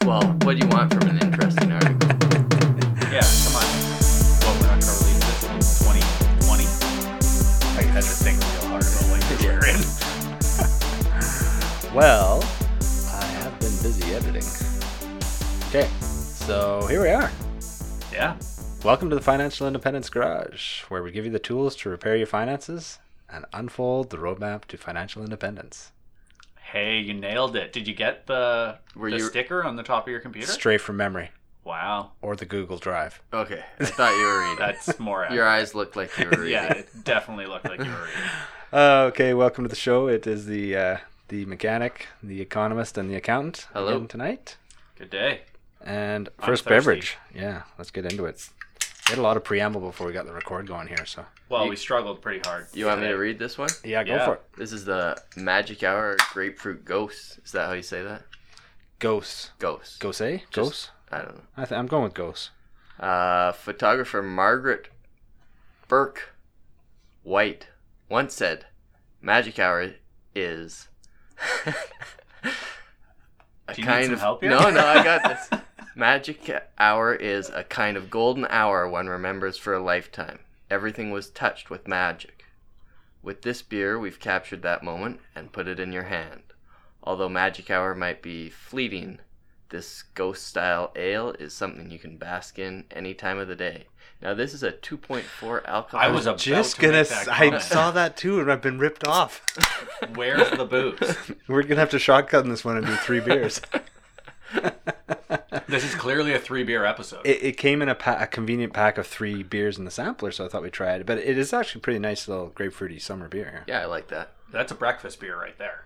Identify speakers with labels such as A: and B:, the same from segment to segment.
A: Well, what do you want from an interesting article?
B: Yeah, come on. What would our car release this in 2020? I had to think real hard about what you were in.
C: Well, I have been busy editing. Okay, so here we are.
B: Yeah.
C: Welcome to the Financial Independence Garage, where we give you the tools to repair your finances and unfold the roadmap to financial independence.
B: Hey, you nailed it. Did you get the,
A: Were
B: the
A: you-
B: sticker on the top of your computer?
C: Straight from memory
B: Wow.
C: or the Google Drive.
A: Okay, I thought you were reading.
B: That's more
A: Your eyes looked like you were reading.
B: Yeah, it definitely looked like you were reading.
C: Uh, okay, welcome to the show. It is the uh, the mechanic, the economist, and the accountant
A: Hello.
C: again tonight.
B: Good day.
C: And
B: I'm
C: first
B: thirsty.
C: beverage. Yeah, let's get into it. We had a lot of preamble before we got the record going here, so
B: Well,
A: You-
B: we struggled pretty hard.
A: You want me to
B: today.
A: read this one?
C: yeah, go
B: Yeah.
C: for it.
A: This is the Magic Hour Grapefruit Ghost. Is that how you say that?
C: Ghosts.
A: Ghost.
C: Ghosts, eh? Ghosts?
A: I don't know.
C: I th- I'm going with ghosts.
A: Uh, photographer Margaret Burke White once said, "Magic Hour is a
B: Do you need some
A: of
B: help here?
A: no, no, I got this. Magic Hour is a kind of golden hour one remembers for a lifetime. Everything was touched with magic. With this beer, we've captured that moment and put it in your hand. Although magic hour might be fleeting, this ghost style ale is something you can bask in any time of the day. Now, this is a 2.4 alcohol.
B: I was about
C: Just
B: to
C: gonna.
B: make
C: s-
B: that
C: I
B: comment.
C: saw that too, and I've been ripped off.
B: Where's the booze?
C: We're gonna have to shotgun this one and do three beers.
B: This is clearly a three beer episode.
C: It, it came in a, pa- a convenient pack of three beers in the sampler, so I thought we'd try it. But it is actually a pretty nice little grapefruity summer beer here.
A: Yeah, I like that.
B: That's a breakfast beer right there.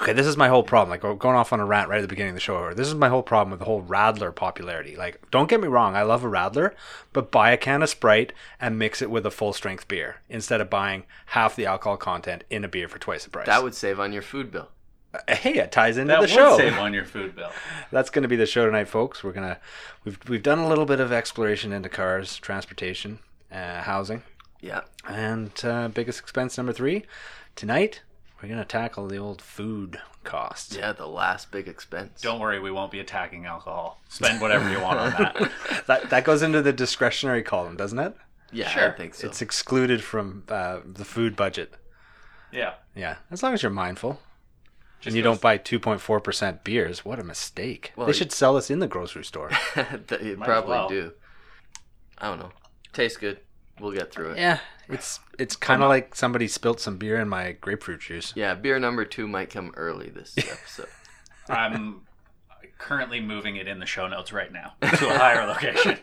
C: Okay, this is my whole problem. Like we're going off on a rant right at the beginning of the show. here. This is my whole problem with the whole Radler popularity. Like, don't get me wrong, I love a Radler, but buy a can of Sprite and mix it with a full strength beer instead of buying half the alcohol content in a beer for twice the price.
A: That would save on your food bill.
C: hey, it ties into
B: That
C: the
B: would
C: show.
B: save on your food bill.
C: that's going to be the show tonight, folks. We're gonna we've we've done a little bit of exploration into cars, transportation, uh, housing,
A: Yeah.
C: and uh, biggest expense number three. Tonight, we're gonna tackle the old food costs.
A: Yeah, the last big expense.
B: Don't worry, we won't be attacking alcohol. Spend whatever you want on that.
C: That that goes into the discretionary column, doesn't it?
A: Yeah,
B: Sure.
A: I think so.
C: It's excluded from uh, the food budget.
B: Yeah.
C: Yeah, as long as you're mindful
B: Just
C: and you
B: goes-
C: don't buy 2.4% beers. What a mistake!
A: Well,
C: they
A: you-
C: should sell this in the grocery store.
A: they
B: Might as
A: probably
B: well.
A: do. I don't know. Tastes good. We'll get through it. Yeah.
C: yeah, it's it's kind of like somebody spilt some beer in my grapefruit juice.
A: beer number two might come early this episode.
B: I'm currently moving it in the show notes right now to a higher location.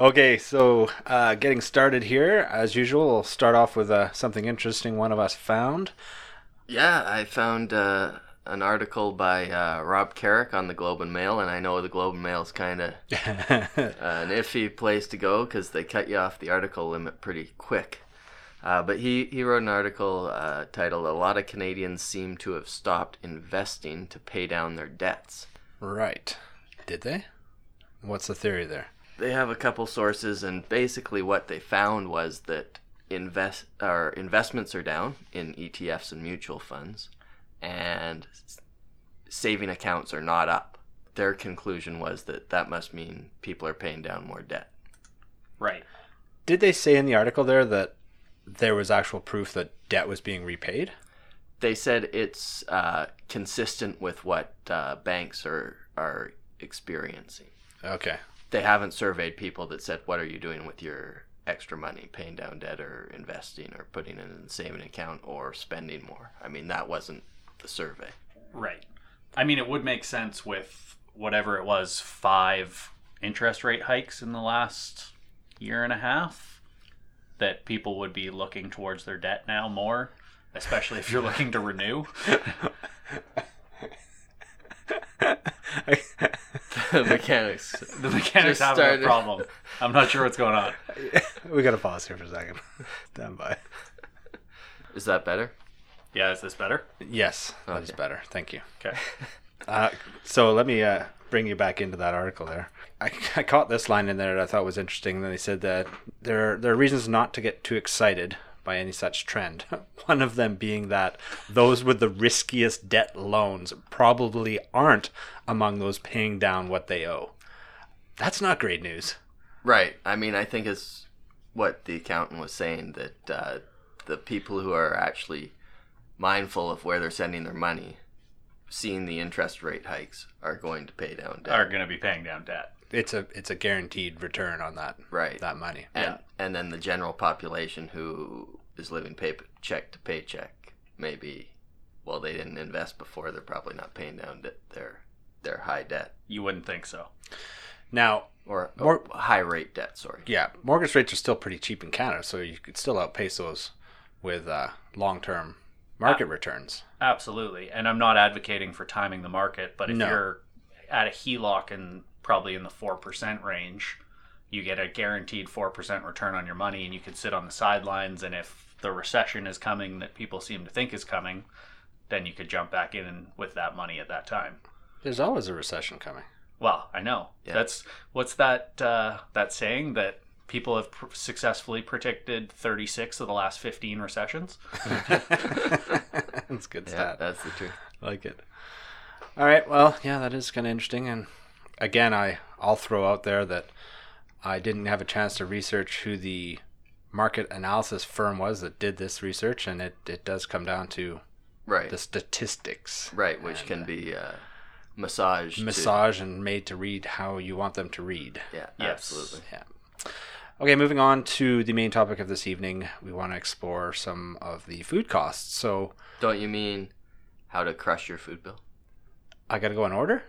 C: Okay, so uh, getting started here, as usual, we'll start off with uh, something interesting one of us found.
A: yeah, I found uh, an article by uh, Rob Carrick on the Globe and Mail, and I know the Globe and Mail's kind of an iffy place to go because they cut you off the article limit pretty quick. Uh, but he, he wrote an article uh, titled A Lot of Canadians Seem to Have Stopped Investing to Pay Down Their Debts.
C: right. Did they? What's the theory there?
A: they have a couple sources and basically what they found was that invest or investments are down in ETFs and mutual funds and s- saving accounts are not up. Their conclusion was that that must mean people are paying down more debt.
B: Right.
C: Did they say in the article there that there was actual proof that debt was being repaid?
A: They said it's uh, consistent with what uh, banks are are experiencing.
C: Okay.
A: They haven't surveyed people that said, "What are you doing with your extra money? Paying down debt, or investing, or putting it in a saving account, or spending more?" I mean, that wasn't the survey.
B: Right. I mean, it would make sense with whatever it was five interest rate hikes in the last year and a half that people would be looking towards their debt now more, especially if you're looking to renew.
A: The mechanics.
B: The mechanics
A: Just
B: have
A: started.
B: a problem. I'm not sure what's going on.
C: we got to pause here for a second. Stand by.
A: Is that better?
B: Yeah, is this better?
C: Yes, that is
A: Okay.
C: better. Thank you.
B: Okay.
C: Uh, so let me uh, bring you back into that article there. I, I caught this line in there that I thought was interesting. Then they said that there are, there are reasons not to get too excited, by any such trend. One of them being that those with the riskiest debt loans probably aren't among those paying down what they owe. That's not great news.
A: Right. I mean, I think it's what the accountant was saying that uh, the people who are actually mindful of where they're sending their money, seeing the interest rate hikes, are going to pay down debt.
B: Are going to be paying down debt.
C: It's a it's a guaranteed return on that
A: Right.
C: that money.
A: and and then the general population who is living pay- check to paycheck maybe well they didn't invest before they're probably not paying down de- their their high debt
B: You wouldn't think so.
C: Now,
A: or
C: More-
A: oh, high rate debt sorry
C: yeah, mortgage rates are still pretty cheap in Canada, so you could still outpace those with uh, long term market returns.
B: Absolutely. And I'm not advocating for timing the market, but if
C: No.
B: you're at a E HELOC and probably in the 4% range, you get a guaranteed 4% return on your money and you can sit on the sidelines. And if the recession is coming that people seem to think is coming, then you could jump back in with that money at that time.
C: There's always a recession coming.
B: Well, I know.
A: Yeah.
B: That's what's that uh, that saying that people have pr- successfully predicted 36 of the last 15 recessions.
C: That's good
A: yeah
C: stuff.
A: that's the truth
C: like it. All right. Well, yeah, that is kind of interesting. And again, I I'll throw out there that I didn't have a chance to research who the market analysis firm was that did this research, and it it does come down to
A: right
C: the statistics,
A: right which can be uh, massaged to-
C: massage, and made to read how you want them to read.
A: yeah
B: Yes.
A: absolutely
C: Okay, moving on to the main topic of this evening, we want to explore some of the food costs. So
A: don't you mean how to crush your food bill
C: I got to go in order.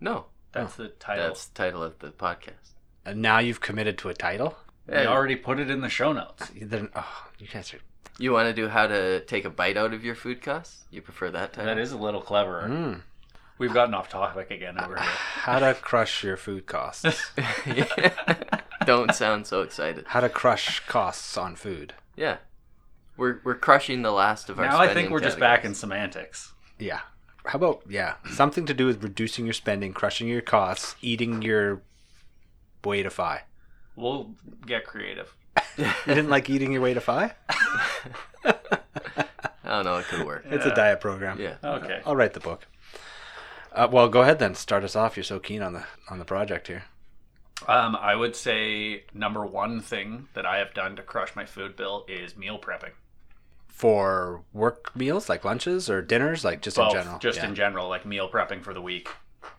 A: no
B: That's the title.
A: that's the title of the podcast
C: And now you've committed to a title.
B: We already put it in the show notes.
C: Then oh, you guys are
A: you want to do how to take a bite out of your food costs you prefer that title
B: That is a little cleverer.
A: Hmm?
C: Mm.
B: We've gotten off topic again over here.
C: How to crush your food costs.
A: don't sound so excited
C: How to crush costs on food.
A: Yeah. We're, we're crushing the last of our
B: Now I think
A: spending
B: we're just
A: categories.
B: back in semantics.
C: Yeah. How about yeah, something to do with reducing your spending, crushing your costs, eating your way to fi.
B: We'll get creative.
C: You didn't like eating your way to fi?
A: I don't know, it could work.
C: It's a diet program.
A: Yeah.
B: Okay.
C: I'll write the book. Uh, well, go ahead then. Start us off. You're so keen on the on the project here.
B: Um, I would say number one thing that I have done to crush my food bill is meal prepping.
C: For work meals like lunches or dinners, like just
B: Both,
C: in general.
B: just
C: Yeah.
B: in general, like meal prepping for the week.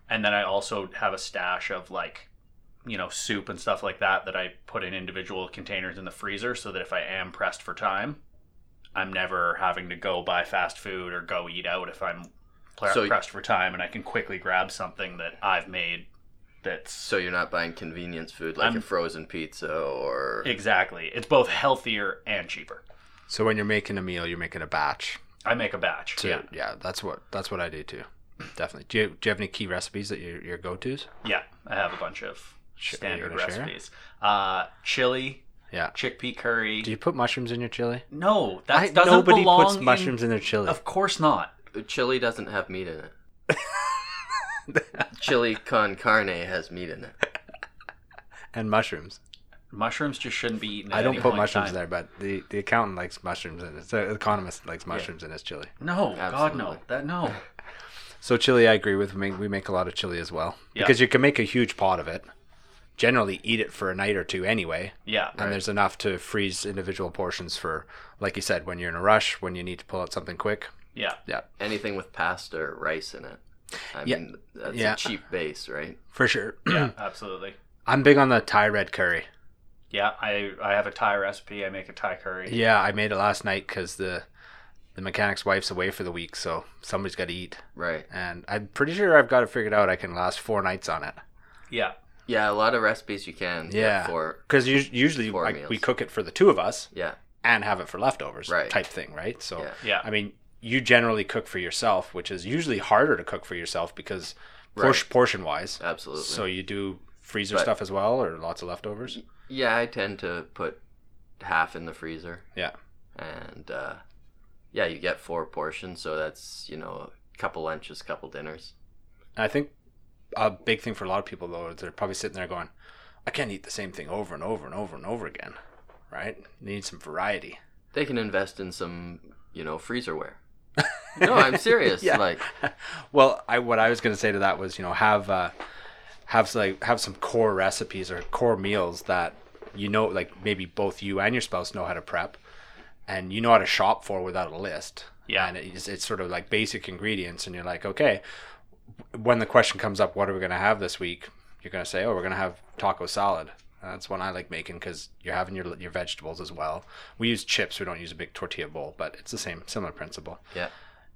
B: And then I also have a stash of like, you know, soup and stuff like that that I put in individual containers in the freezer so that if I am pressed for time, I'm never having to go buy fast food or go eat out if I'm pl-
A: So-
B: pressed for time and I can quickly grab something that I've made that's
A: So you're not buying convenience food like
B: I'm-
A: a frozen pizza or.
B: exactly. It's both healthier and cheaper.
C: So when you're making a meal, you're making a batch.
B: I make a batch.
C: So, yeah. that's what that's what I do too. Definitely. Do you, do you have any key recipes that your your go tos?
B: Yeah, I have a bunch of
C: Sh- are you
B: standard
C: gonna share?
B: recipes. Uh, chili,
C: Yeah.
B: chickpea curry.
C: Do you put mushrooms in your chili?
B: No, that
C: I-
B: doesn't
C: nobody
B: belong.
C: puts
B: in-
C: mushrooms in their chili.
B: Of course not.
A: Chili doesn't have meat in it. Chili con carne has meat in it.
C: and mushrooms.
B: Mushrooms just shouldn't be eaten. At
C: I don't
B: any
C: put
B: point in
C: mushrooms
B: time.
C: there, but the, the accountant likes mushrooms in his the economist likes mushrooms in his chili.
B: No, God no.
A: Absolutely.
B: That no.
C: So chili, I agree with. We make, we make a lot of chili as well
B: Yeah.
C: because you can make a huge pot of it. Generally, eat it for a night or two anyway,
B: Yeah,
C: and there's enough to freeze individual portions for, like you said, when you're in a rush, when you need to pull out something quick.
B: yeah.
C: Yeah,
A: Anything with pasta or rice in it. I
C: Yeah.
A: mean, that's
C: Yeah.
A: a cheap base, right?
C: for sure.
B: Yeah, absolutely.
C: I'm big on the Thai red curry.
B: Yeah, I I have a Thai recipe. I make a Thai curry.
C: Yeah, I made it last night because the the mechanic's wife's away for the week, so somebody's got to eat.
A: Right.
C: and I'm pretty sure I've got it figured out. I can last four nights on it
B: Yeah,
A: Yeah, a lot of recipes you can. get
C: Yeah.
A: For,
C: because usually
A: Four
C: like, we
A: meals.
C: cook it for the two of us
A: yeah.
C: and have it for leftovers,
A: Right.
C: Type thing, right? So,
A: Yeah.
B: yeah.
C: I mean, you generally cook for yourself, which is usually harder to cook for yourself because por-
A: Right.
C: portion wise.
A: Absolutely.
C: So you do freezer
A: But-
C: stuff as well, or lots of leftovers.
A: Yeah, I tend to put half in the freezer.
C: Yeah.
A: And uh, yeah, you get four portions, so that's you know a couple lunches, couple dinners.
C: And I think a big thing for a lot of people though is they're probably sitting there going, "I can't eat the same thing over and over and over and over again." Right? They need some variety.
A: They can invest in some, you know, freezerware. no, I'm serious.
C: Yeah.
A: Like,
C: Well, I what I was going to say to that was, you know, have uh, have like have some core recipes or core meals that you know, like maybe both you and your spouse know how to prep, and you know how to shop for without a list.
B: Yeah.
C: and it's, it's sort of like basic ingredients, and you're like, okay, when the question comes up, what are we going to have this week? You're going to say, oh, we're going to have taco salad. That's one I like making because you're having your your vegetables as well. We use chips. We don't use a big tortilla bowl, but it's the same similar principle
A: yeah.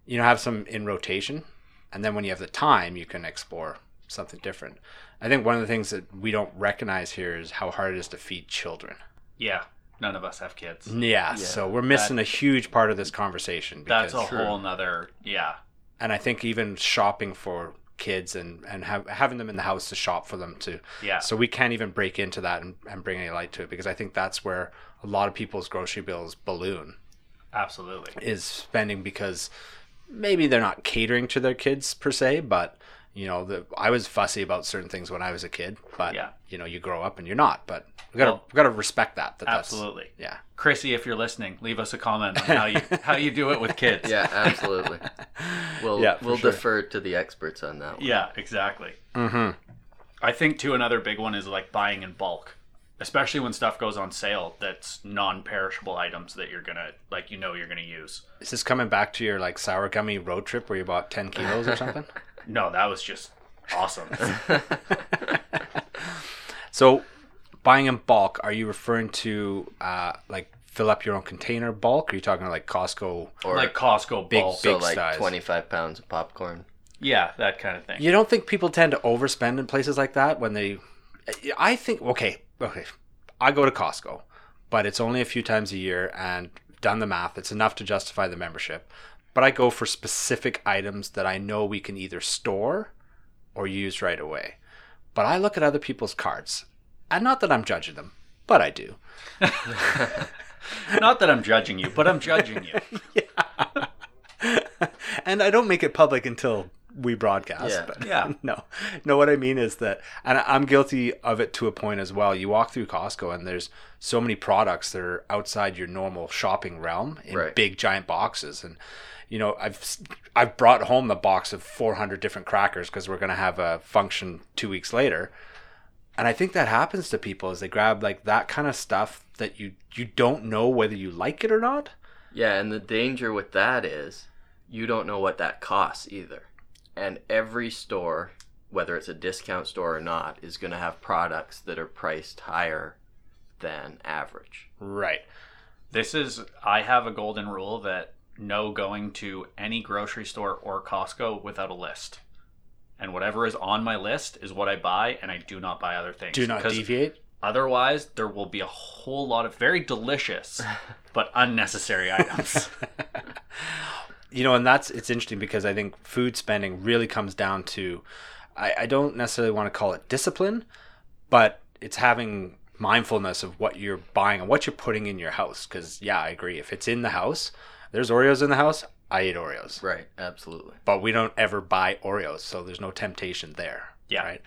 C: you know have some in rotation and then when you have the time you can explore something different i think one of the things that we don't recognize here is how hard it is to feed children
B: Yeah, none of us have kids.
C: yeah,
A: Yeah.
C: so we're missing a huge part of this conversation
B: That's a
C: because-
B: whole nother. Yeah,
C: and i think even shopping for kids and and have, having them in the house to shop for them to
B: yeah,
C: so we can't even break into that and, and bring any light to it because i think that's where a lot of people's grocery bills balloon
B: absolutely.
C: is spending because maybe they're not catering to their kids per se, but you know, the, I was fussy about certain things when I was a kid, but
B: Yeah.
C: you know, you grow up and you're not. But we gotta we gotta respect that. that
B: Absolutely.
C: That's, yeah.
B: Chrissy, if you're listening, leave us a comment on how you how you do it with kids.
A: Yeah, absolutely. We'll,
C: Yeah, for
A: we'll
C: sure.
A: defer to the experts on that one.
B: Yeah, exactly.
C: Mm-hmm.
B: I think too another big one is like buying in bulk, especially when stuff goes on sale that's non-perishable items that you're gonna like you know you're gonna use.
C: Is this coming back to your like sour gummy road trip where you bought ten kilos or something?
B: No, that was just awesome.
C: so, buying in bulk, are you referring to uh, like fill up your own container bulk? Are you talking like Costco?
A: Or
B: like Costco
C: Big-
B: bulk.
A: so
C: big
A: like
C: size.
A: 25 pounds of popcorn.
B: yeah, that kind of thing.
C: You don't think people tend to overspend in places like that when they? I think okay, okay. I go to Costco, but it's only a few times a year, and done the math, it's enough to justify the membership. But I go for specific items that I know we can either store or use right away. But I look at other people's cards, and not that I'm judging them, but I do.
B: Not that I'm judging you, but I'm judging you.
C: and I don't make it public until we broadcast.
A: Yeah.
C: But
B: Yeah.
C: No. No, what I mean is that, and I- I'm guilty of it to a point as well. You walk through Costco and there's so many products that are outside your normal shopping realm in
A: Right.
C: big giant boxes. And, you know, I've, s- I've brought home the box of 400 different crackers because we're going to have a function two weeks later. And I think that happens to people is they grab like that kind of stuff that you, you don't know whether you like it or not.
A: Yeah, and the danger with that is you don't know what that costs either. And every store, whether it's a discount store or not, is going to have products that are priced higher than average.
C: Right.
B: This is I have a golden rule that no going to any grocery store or Costco without a list. And whatever is on my list is what I buy, and I do not buy other things.
C: Do not
B: 'Cause
C: deviate.
B: Otherwise, there will be a whole lot of very delicious but unnecessary items.
C: you know, and that's it's interesting because I think food spending really comes down to I, I don't necessarily want to call it discipline, but it's having mindfulness of what you're buying and what you're putting in your house. Because yeah, I agree. If it's in the house, there's Oreos in the house. I eat Oreos,
A: Right, absolutely.
C: but we don't ever buy Oreos, so there's no temptation there.
B: Yeah.
C: Right.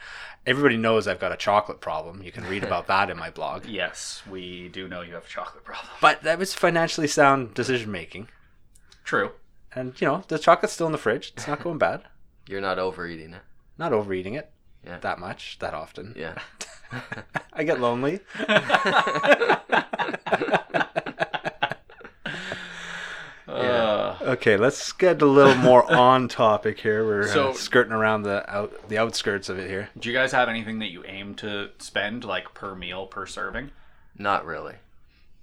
C: Everybody knows I've got a chocolate problem. You can read about that in my blog.
B: yes, we do know you have a chocolate problem.
C: But that was financially sound decision making.
B: True.
C: And you know, the chocolate's still in the fridge. It's not going bad.
A: You're not overeating it.
C: Not overeating it
A: Yeah.
C: that much, that often.
A: Yeah.
C: I get lonely.
B: Uh,
C: Okay, let's get a little more on topic here. We're
B: So-
C: uh, skirting around the out, the outskirts of it here.
B: do you guys have anything that you aim to spend, like per meal, per serving?
A: Not really.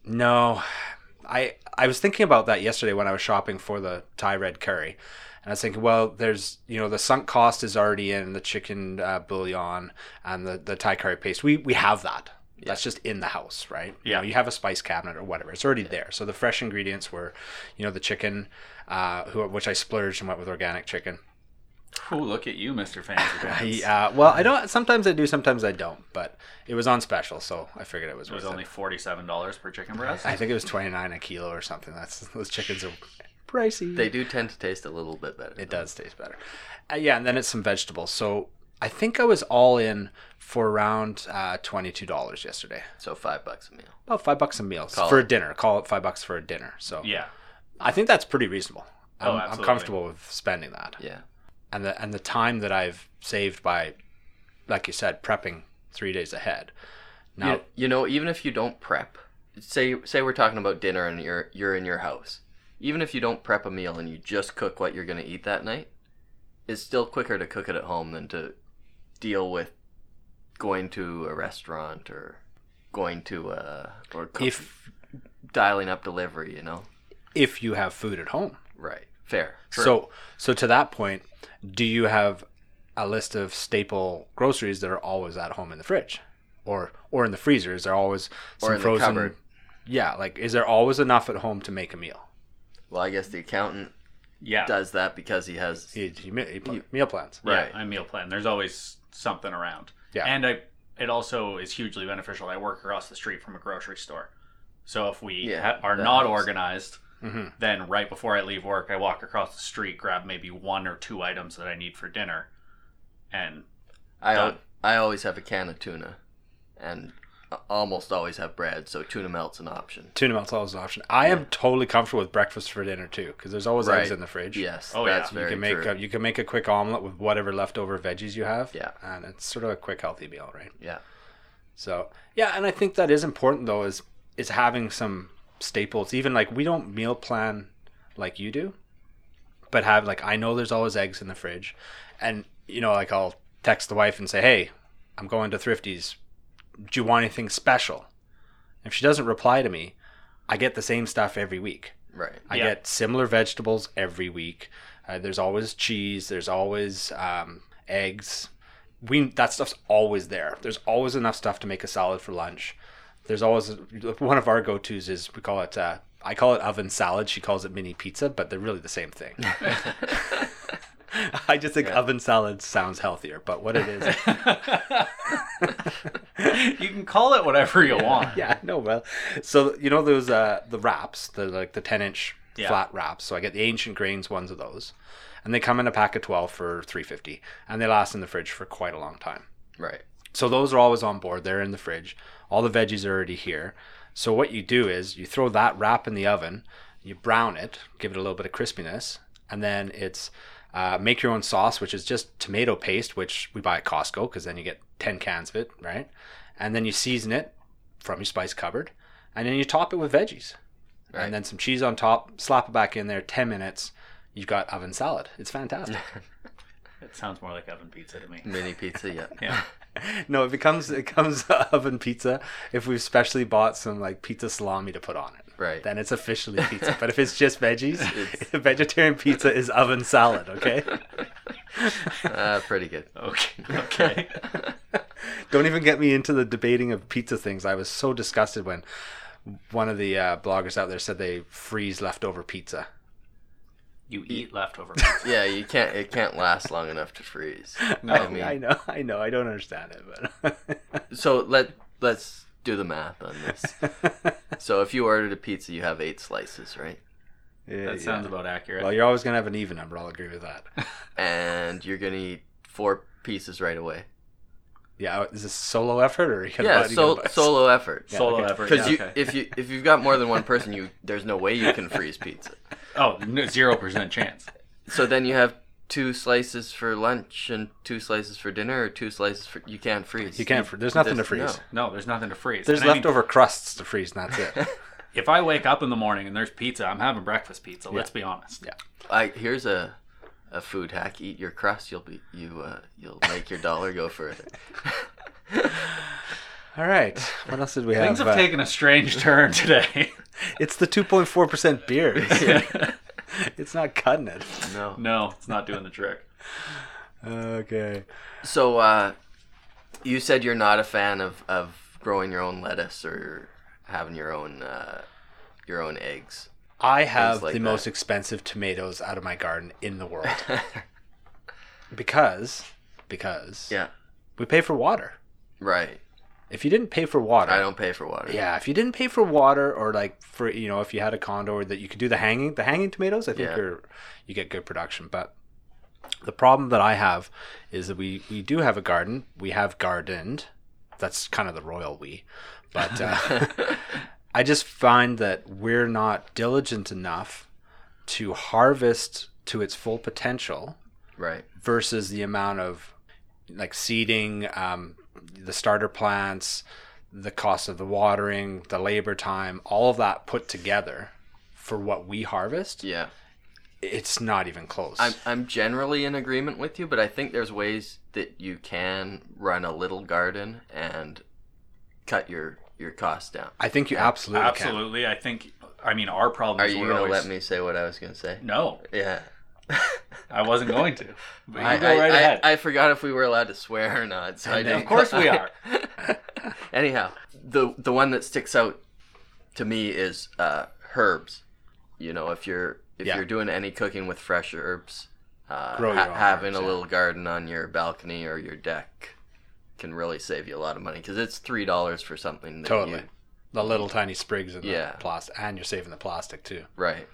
C: No, I I was thinking about that yesterday when I was shopping for the Thai red curry, and I was thinking, well, there's you know the sunk cost is already in the chicken uh, bouillon and the the Thai curry paste. We we have that. That's just in the house, right? You
B: Yeah.
C: know, you have a spice cabinet or whatever. It's already there. So the fresh ingredients were, you know, the chicken, uh, who, which I splurged and went with organic chicken.
B: Ooh, look at you, Mr. Fancy Pants.
C: Yeah. Well, I don't. Sometimes I do. Sometimes I don't. But it was on special, so I figured it was
B: It
C: worth
B: was
C: it.
B: only forty-seven dollars per chicken breast.
C: I think it was twenty nine a kilo or something. That's those chickens are pricey.
A: They do tend to taste a little bit better.
C: it does taste better. Uh, yeah, and then it's some vegetables. So I think I was all in for around uh, $22 yesterday.
A: So five bucks a meal.
C: About five bucks a meal
A: Call
C: for
A: it.
C: a dinner. Call it five bucks for a dinner. So
B: Yeah.
C: I think that's pretty reasonable.
B: Oh,
C: I'm, I'm
B: absolutely.
C: comfortable with spending that.
A: Yeah.
C: and the and the time that I've saved by, like you said, prepping three days ahead. Now,
A: You, you know, even if you don't prep, say say we're talking about dinner and you're you're in your house. Even if you don't prep a meal and you just cook what you're going to eat that night, it's still quicker to cook it at home than to deal with going to a restaurant or going to uh or cook,
C: if
A: dialing up delivery, you know.
C: if you have food at home,
A: Right. Fair.
C: so so to that point, do you have a list of staple groceries that are always at home in the fridge, or or in the freezer? Is there always some
A: Or in the
C: frozen?
A: cupboard.
C: Yeah, like is there always enough at home to make a meal?
A: well, I guess the accountant
B: Yeah.
A: does that because he has
C: You- you ma- you pl- meal plans.
A: Right.
B: Yeah, I meal plan. There's always something around.
C: Yeah.
B: And I it also is hugely beneficial. I work across the street from a grocery store. So if we
A: Yeah,
B: ha- are
A: that
B: not
A: helps.
B: organized,
C: Mhm.
B: then right before I leave work, I walk across the street, grab maybe one or two items that I need for dinner. And
A: I
B: Done.
A: I always have a can of tuna, and a- almost always have bread, so tuna melt's an option.
C: Tuna melt's always an option. I am totally comfortable with breakfast for dinner too, because there's always eggs
A: Right.
C: in the fridge.
A: Yes,
B: Oh,
A: that's
B: yeah.
A: very
C: you can make
A: true.
C: a, you can make a quick omelet with whatever leftover veggies you have.
A: Yeah.
C: and it's sort of a quick healthy meal, right?
A: yeah,
C: So yeah, and I think that is important though is is having some staples. Even like we don't meal plan like you do, but have like I know there's always eggs in the fridge, and you know like I'll text the wife and say, hey, I'm going to Thrifty's. Do you want anything special? If she doesn't reply to me, I get the same stuff every week.
A: right.
C: I
B: Yeah.
C: get similar vegetables every week. Uh, there's always cheese. There's always um, eggs. We that stuff's always there. There's always enough stuff to make a salad for lunch. There's always one of our go-tos is we call it. Uh, I call it oven salad. She calls it mini pizza, but they're really the same thing. I just think oven salad sounds healthier, but what it is,
B: you can call it whatever you want.
C: yeah, I know. Well, so you know those uh, the wraps, the like the ten inch
B: Yeah.
C: flat wraps. So I get the ancient grains ones of those, and they come in a pack of twelve for three fifty, and they last in the fridge for quite a long time.
A: Right.
C: So those are always on board. They're in the fridge. All the veggies are already here. So what you do is you throw that wrap in the oven, you brown it, give it a little bit of crispiness, and then it's uh, make your own sauce, which is just tomato paste, which we buy at Costco because then you get ten cans of it, right? And then you season it from your spice cupboard, and then you top it with veggies,
A: Right.
C: and then some cheese on top. Slap it back in there. Ten minutes. You've got oven salad. It's fantastic.
B: It sounds more like oven pizza to me.
A: Mini pizza. Yeah.
B: Yeah.
C: No, it becomes it comes oven pizza if we've specially bought some like pizza salami to put on it.
A: Right.
C: Then it's officially pizza. but if it's just veggies, vegetarian pizza is oven salad, okay?
A: Uh, pretty good.
B: Okay. Okay.
C: Don't even get me into the debating of pizza things. I was so disgusted when one of the uh, bloggers out there said they freeze leftover pizza.
B: you eat leftover pizza.
A: Yeah, you can't. It can't last long enough to freeze.
B: No.
A: I
C: I
A: mean,
C: know, I know, I don't understand it,
A: so let let's do the math on this.
C: but
A: So if you ordered a pizza, you have eight slices, right?
C: Yeah,
B: That sounds
C: yeah.
B: about accurate.
C: Well, you're always gonna have an even number. I'll agree with that.
A: And you're gonna eat four pieces right away.
C: Yeah, oh, is this solo effort or are you gonna
A: Yeah,
C: buy- you
A: so,
C: gonna buy-
A: solo effort.
C: Yeah,
B: Solo
C: okay.
B: effort.
A: Because
B: yeah,
A: you,
B: okay.
A: if you if you've got more than one person, you there's no way you can freeze pizza.
B: Oh, no, zero percent chance.
A: So then you have two slices for lunch and two slices for dinner, or two slices for you can't freeze.
C: You can't. fr- There's nothing to
A: no.
C: freeze.
B: No, there's nothing to freeze.
C: There's
B: And I mean,
C: leftover crusts to freeze, and that's it.
B: if I wake up in the morning and there's pizza, I'm having breakfast pizza. Let's be honest.
C: Yeah.
A: I here's a a food hack: eat your crust. You'll be you uh, you'll make your dollar go further.
C: All right. What else did we
B: Things
C: have?
B: have
C: Uh,
B: taken a strange turn today.
C: it's the 2.4% beer. it's not cutting it.
A: No.
B: no, it's not doing the trick.
C: Okay.
A: So uh, you said you're not a fan of of growing your own lettuce or having your own uh, your own eggs.
C: I have
A: like
C: the
A: that.
C: most expensive tomatoes out of my garden in the world because because
A: Yeah.
C: we pay for water.
A: Right.
C: If you didn't pay for water,
A: I don't pay for water.
C: yeah, if you didn't pay for water or like for you know if you had a condo or that you could do the hanging the hanging tomatoes, I think
A: Yeah.
C: you're you get good production. But The problem that I have is that we we do have a garden. We have gardened. That's kind of the royal we, but uh, I just find that we're not diligent enough to harvest to its full potential
A: right.
C: versus the amount of like seeding, um, the starter plants, the cost of the watering, the labor time, all of that put together for what we harvest,
A: Yeah.
C: it's not even close.
A: I'm I'm generally in agreement with you, but I think there's ways that you can run a little garden and cut your your costs down.
C: I think you absolutely, can.
B: Absolutely. I think, I mean, our problem
A: Are
B: is
A: you
B: we're
A: gonna
B: always.
A: let me say what I was gonna say?
B: No,
A: Yeah.
B: I wasn't going to. But you
A: I,
B: go
A: I,
B: right
A: I-
B: ahead.
A: I forgot if we were allowed to swear or not. So I
C: And
A: didn't-
B: of course we are.
A: Anyhow, the the one that sticks out to me is uh, herbs. You know, if you're if
C: Yeah.
A: you're doing any cooking with fresh herbs, uh,
C: Grow your
A: ha-
C: own
A: having
C: herbs,
A: a
C: yeah.
A: little garden on your balcony or your deck can really save you a lot of money because it's three dollars for something. That
C: Totally.
A: you-
C: The little tiny sprigs in
A: Yeah.
C: the plastic, and you're saving the plastic too.
A: right.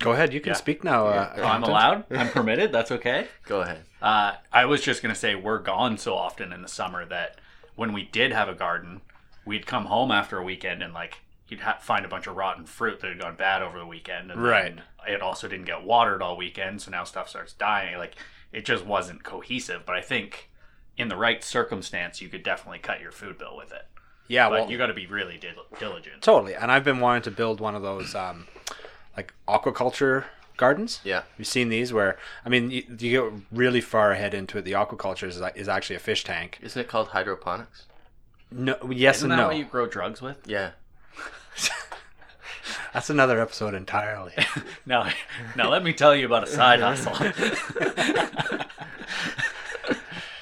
C: Go ahead, you can
B: Yeah.
C: speak now. Uh,
A: Yeah.
B: Oh, I'm
C: accountant.
B: allowed. I'm permitted. That's okay.
A: Go ahead.
B: Uh, I was just gonna say we're gone so often in the summer that when we did have a garden, we'd come home after a weekend and like you'd ha- find a bunch of rotten fruit that had gone bad over the weekend. And
C: Right.
B: then It also didn't get watered all weekend, so now stuff starts dying. Like it just wasn't cohesive. But I think in the right circumstance, you could definitely cut your food bill with it.
C: Yeah,
B: But
C: well,
B: you got to be really dil- diligent.
C: totally. And I've been wanting to build one of those, um, like aquaculture gardens.
A: Yeah.
C: You've seen these where, I mean, you, you get really far ahead into it. The aquaculture is, is actually a fish tank.
A: Isn't it called hydroponics?
C: No, yes
B: Isn't
C: and
B: that
C: no.
B: what you grow drugs with?
A: Yeah.
C: That's another episode entirely.
B: Now, now let me tell you about a side hustle.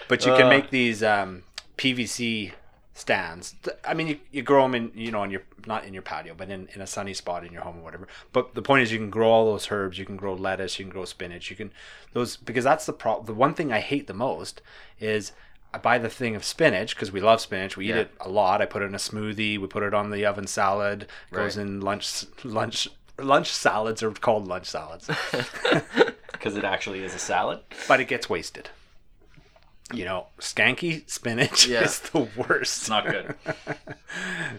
C: But you can
B: Uh.
C: make these um, PVC stands. Th- I mean, you, you grow them in, you know, in your not in your patio, but in, in a sunny spot in your home or whatever. But the point is, you can grow all those herbs. You can grow lettuce. You can grow spinach. You can those because that's the problem. The one thing I hate the most is. I buy the thing of spinach because we love spinach. We eat
A: Yeah.
C: it a lot. I put it in a smoothie. We put it on the oven salad. It Goes
A: Right.
C: in lunch lunch lunch salads are called lunch salads.
B: because it actually is a salad.
C: but it gets wasted. You know, skanky spinach
A: Yeah.
C: is the worst.
B: It's not good.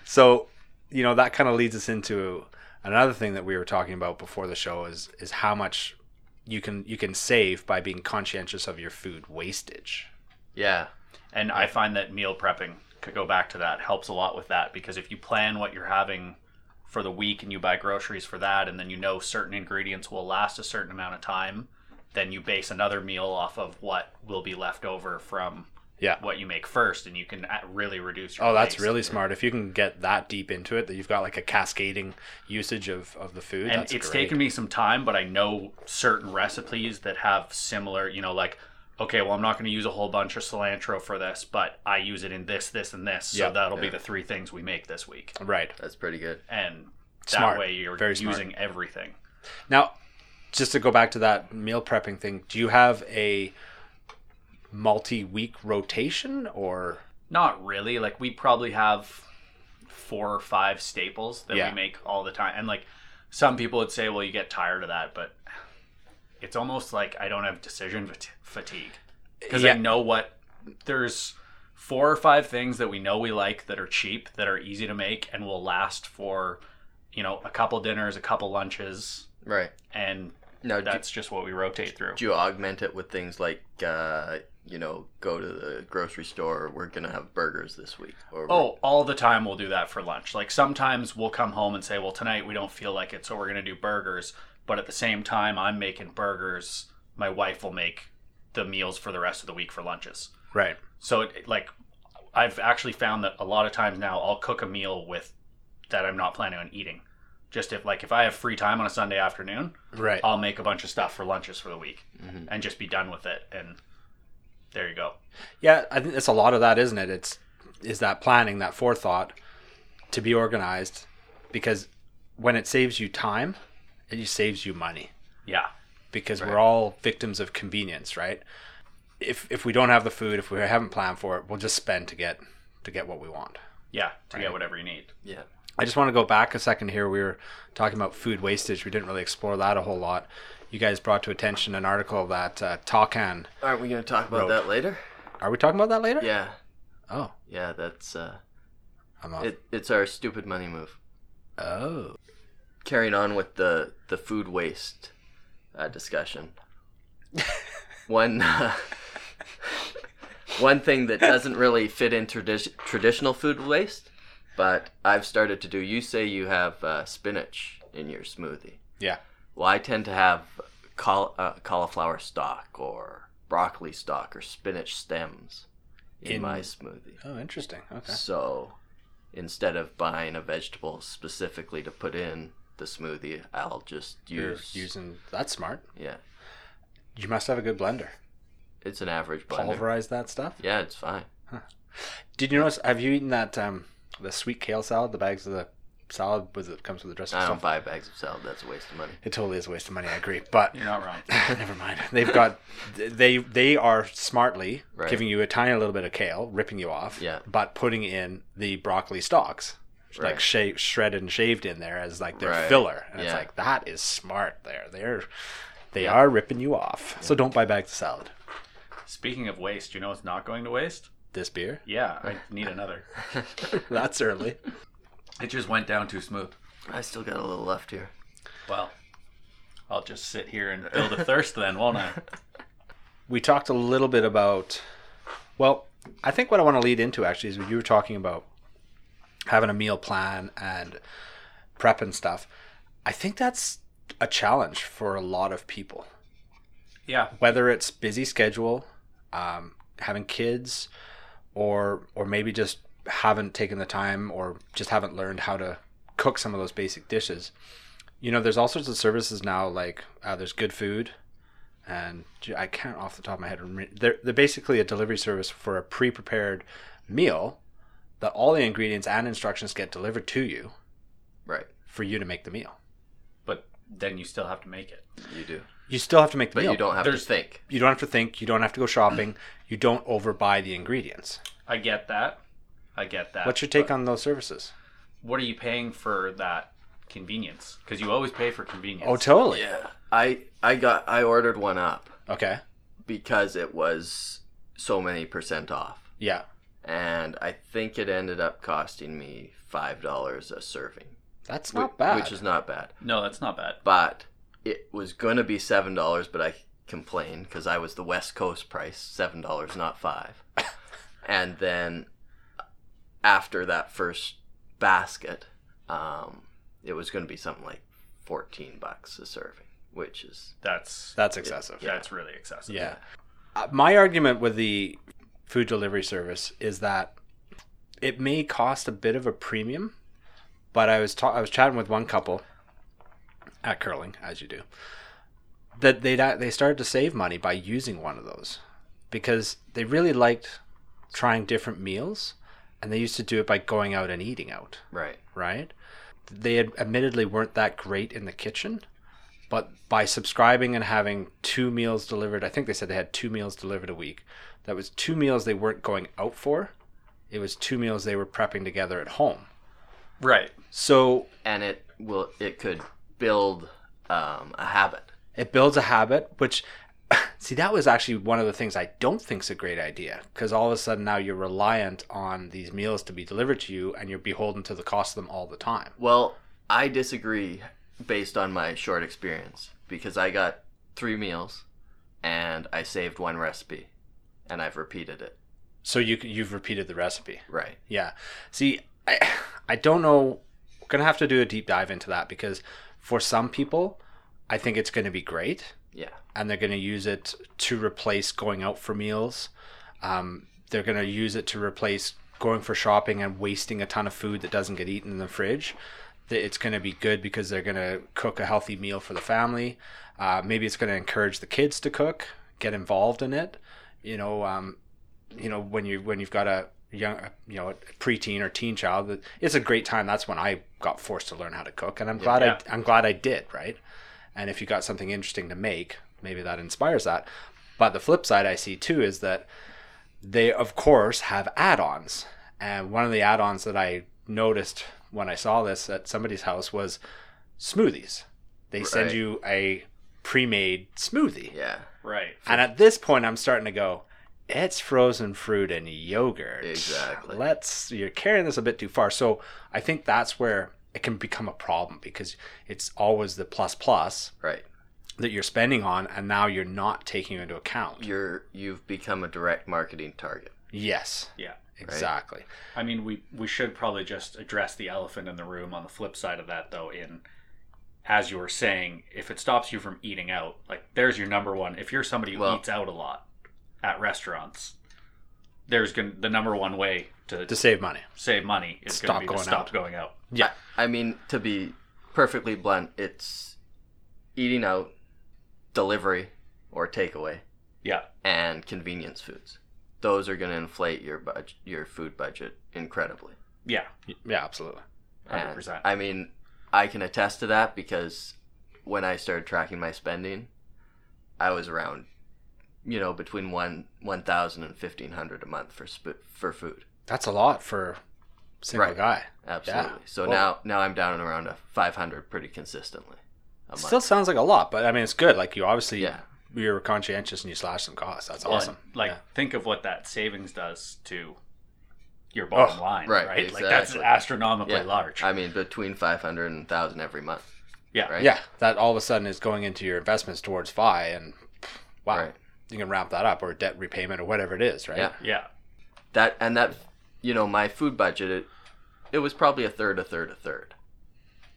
C: So, you know, that kind of leads us into another thing that we were talking about before the show is is how much you can you can save by being conscientious of your food wastage.
A: Yeah.
B: And I find that meal prepping could go back to that helps a lot with that because if you plan what you're having for the week and you buy groceries for that and then you know certain ingredients will last a certain amount of time, then you base another meal off of what will be left over from
C: Yeah.
B: what you make first and you can a- really reduce your
C: Oh, that's
B: waste.
C: really smart. If you can get that deep into it, that you've got like a cascading usage of, of the food.
B: and
C: that's
B: it's
C: great.
B: taken me some time but i know certain recipes that have similar you know like okay well i'm not going to use a whole bunch of cilantro for this but i use it in this this and this so
C: Yeah.
B: that'll be the three things we make this week
C: right.
A: That's pretty good.
B: and that
C: Smart.
B: way you're
C: Very smart.
B: using everything
C: Now, just to go back to that meal prepping thing, do you have a multi-week rotation or
B: not really like we probably have four or five staples that
C: Yeah.
B: we make all the time and like some people would say well you get tired of that but it's almost like i don't have decision fat- fatigue because
C: Yeah.
B: i know what there's four or five things that we know we like that are cheap that are easy to make and will last for you know a couple dinners a couple lunches
A: Right.
B: and
A: Now, do,
B: that's just what we rotate through
A: do you augment it with things like, uh, you know, go to the grocery store. We're gonna have burgers this week. Or we're-
B: Oh, all the time we'll do that for lunch. Like sometimes we'll come home and say, "Well, tonight we don't feel like it, so we're going to do burgers." But at the same time, I'm making burgers. My wife will make the meals for the rest of the week for lunches.
C: right?
B: So it, like I've actually found that a lot of times now I'll cook a meal with that I'm not planning on eating. Just if like if I have free time on a Sunday afternoon,
C: Right.
B: I'll make a bunch of stuff for lunches for the week and just be done with it and there you go.
C: Yeah, I think it's a lot of that, isn't it? It's is that planning, that forethought to be organized because when it saves you time, it just saves you money
B: Yeah.
C: because we're all victims of convenience, right? If if we don't have the food, if we haven't planned for it, we'll just spend to get to get what we want.
B: Yeah, to get whatever you need.
A: yeah.
C: I just want to go back a second here. We were talking about food wastage. We didn't really explore that a whole lot. you guys brought to attention an article that uh, Talkan.
A: Aren't we going to talk about
C: Rope.
A: that later?
C: Are we talking about that later?
A: Yeah,
C: Oh,
A: yeah. That's uh,
C: I'm off.
A: it. It's our stupid money move.
C: oh,
A: Carrying on with the the food waste uh, discussion. one uh, one thing that doesn't really fit in tradi- traditional food waste, but I've started to do. You say you have uh, spinach in your smoothie.
C: yeah.
A: Well, I tend to have caul- uh, cauliflower stalk or broccoli stalk or spinach stems in,
C: In-
A: my smoothie.
C: Oh, interesting. Okay.
A: So instead of buying a vegetable specifically to put in the smoothie, I'll just
C: You're
A: use.
C: using that's smart.
A: Yeah,
C: You must have a good blender.
A: it's an average blender.
C: Pulverize that stuff.
A: Yeah, it's fine.
C: Did you notice? Have you eaten that um the sweet kale salad? The bags of the salad with it comes with the dressing
A: I
C: stuff.
A: don't buy bags of salad. That's a waste of money.
C: It totally is a waste of money. I agree, but
B: You're not wrong.
C: never mind. They've got they they are smartly
A: Right.
C: giving you a tiny little bit of kale, ripping you off,
A: Yeah.
C: but putting in the broccoli stalks, like
A: Right.
C: sha- shredded and shaved in there as like their
A: Right.
C: filler, and it's
A: Yeah.
C: like that is smart. There, they're they
A: Yeah.
C: are ripping you off. So don't buy bags of salad.
B: Speaking of waste, you know what's not going to waste?
C: This beer,
B: Yeah, I need another.
C: that's early.
B: It just went down too smooth.
A: I still got a little left here.
B: Well, I'll just sit here and build a thirst then, won't I?
C: we talked a little bit about well i think what i want to lead into actually is you were talking about having a meal plan and prep and stuff i think that's a challenge for a lot of people
B: Yeah,
C: whether it's busy schedule um, having kids or or maybe just haven't taken the time or just haven't learned how to cook some of those basic dishes you know there's all sorts of services now like uh, there's good food and gee, i can't off the top of my head remember they're, they're basically a delivery service for a pre-prepared meal that all the ingredients and instructions get delivered to you
A: Right,
C: for you to make the meal
B: but then you still have to make it.
A: you do,
C: you still have to make the
A: but
C: meal
A: you don't have
B: There's-
A: to think.
C: you don't have to think you don't have to go shopping you don't overbuy the ingredients
B: I get that. I get that.
C: what's your take
B: But
C: on those services
B: What are you paying for that convenience? Because you always pay for convenience.
C: oh totally
A: Yeah, I I got I ordered one up
C: okay
A: because it was so many percent off.
C: yeah
A: and I think it ended up costing me five dollars a serving,
C: that's
A: whi-
C: not bad
A: which is not bad.
B: no, that's not bad.
A: But it was gonna be seven dollars, but I complained because I was the West Coast price, seven dollars, not five. and then uh, after that first basket, um, it was gonna be something like fourteen bucks a serving, which is
B: That's
C: that's excessive yeah,
B: that's really excessive.
C: Uh, my argument with the food delivery service is that it may cost a bit of a premium but i was ta- i was chatting with one couple at curling as you do that they they started to save money by using one of those because they really liked trying different meals and they used to do it by going out and eating out
A: right.
C: right? They ad- admittedly weren't that great in the kitchen, but by subscribing and having two meals delivered, I think they said they had two meals delivered a week. That was two meals they weren't going out for. It was two meals they were prepping together at home.
B: Right.
C: So
A: And it will it could build um, a habit.
C: it builds a habit, which see that was actually one of the things I don't think's a great idea because all of a sudden now you're reliant on these meals to be delivered to you and you're beholden to the cost of them all the time.
A: Well, I disagree based on my short experience because I got three meals and I saved one recipe and I've repeated it.
C: So you c- you've repeated the recipe.
A: Right.
C: Yeah. See, I I don't know. We're gonna have to do a deep dive into that because for some people, I think it's gonna be great,
A: Yeah.
C: and they're gonna use it to replace going out for meals. Um, they're gonna use it to replace going for shopping and wasting a ton of food that doesn't get eaten in the fridge. That It's gonna be good because they're gonna cook a healthy meal for the family. Uh, maybe it's gonna encourage the kids to cook, get involved in it. You know, um, you know when you when you've got a young you know a preteen or teen child that- it's a great time that's when i got forced to learn how to cook and i'm glad
B: Yeah.
C: i i'm glad i did right and if you got something interesting to make maybe that inspires that but the flip side i see too is that they of course have add-ons and one of the add-ons that i noticed when i saw this at somebody's house was smoothies they send
A: Right.
C: you a pre-made smoothie.
A: Yeah.
B: Right.
C: And at this point, I'm starting to go. It's frozen fruit and yogurt.
A: Exactly.
C: Let's. You're carrying this a bit too far. So I think that's where it can become a problem because it's always the plus plus
A: Right.
C: that you're spending on, and now you're not taking into account.
A: You're you've become a direct marketing target.
C: Yes.
B: Yeah.
C: Exactly.
B: I mean, we we should probably just address the elephant in the room. On the flip side of that, though, in as you were saying, if it stops you from eating out, like there's your number one. If you're somebody who
A: Well-
B: eats out a lot at restaurants, there's going to the number one way to
C: To save money.
B: save money is
C: Stop
B: going to be
C: going
B: to stop
C: out.
B: going out.
C: Yeah.
A: I mean, to be perfectly blunt, it's eating out, delivery or takeaway,
B: Yeah,
A: and convenience foods. Those are going to inflate your budget, your food budget incredibly.
B: yeah,
C: Yeah. Absolutely.
A: And,
B: hundred percent.
A: I mean, I can attest to that because when I started tracking my spending, I was around, you know, between one one thousand and fifteen hundred a month for sp- for food.
C: That's a lot for a single
A: Right.
C: guy.
A: Absolutely. So
C: Well-
A: now now I'm down around a five hundred pretty consistently. A month.
C: Still sounds like a lot, but I mean, it's good. Like you obviously,
A: yeah.
C: you're conscientious and you slash some costs. That's
B: Well,
C: awesome.
B: Like
C: Yeah.
B: think of what that savings does to your bottom
C: Oh,
B: line,
A: right,
B: right? Like that's
A: exactly.
B: astronomically
A: Yeah.
B: large.
A: I mean, between 500 and 1,000 every month.
B: yeah,
A: Right?
C: yeah, that all of a sudden is going into your investments towards FI, and pff, wow,
A: Right.
C: you can ramp that up or debt repayment or whatever it is, right?
A: Yeah.
B: yeah,
A: That and that, you know, my food budget it, it was probably a third, a third, a third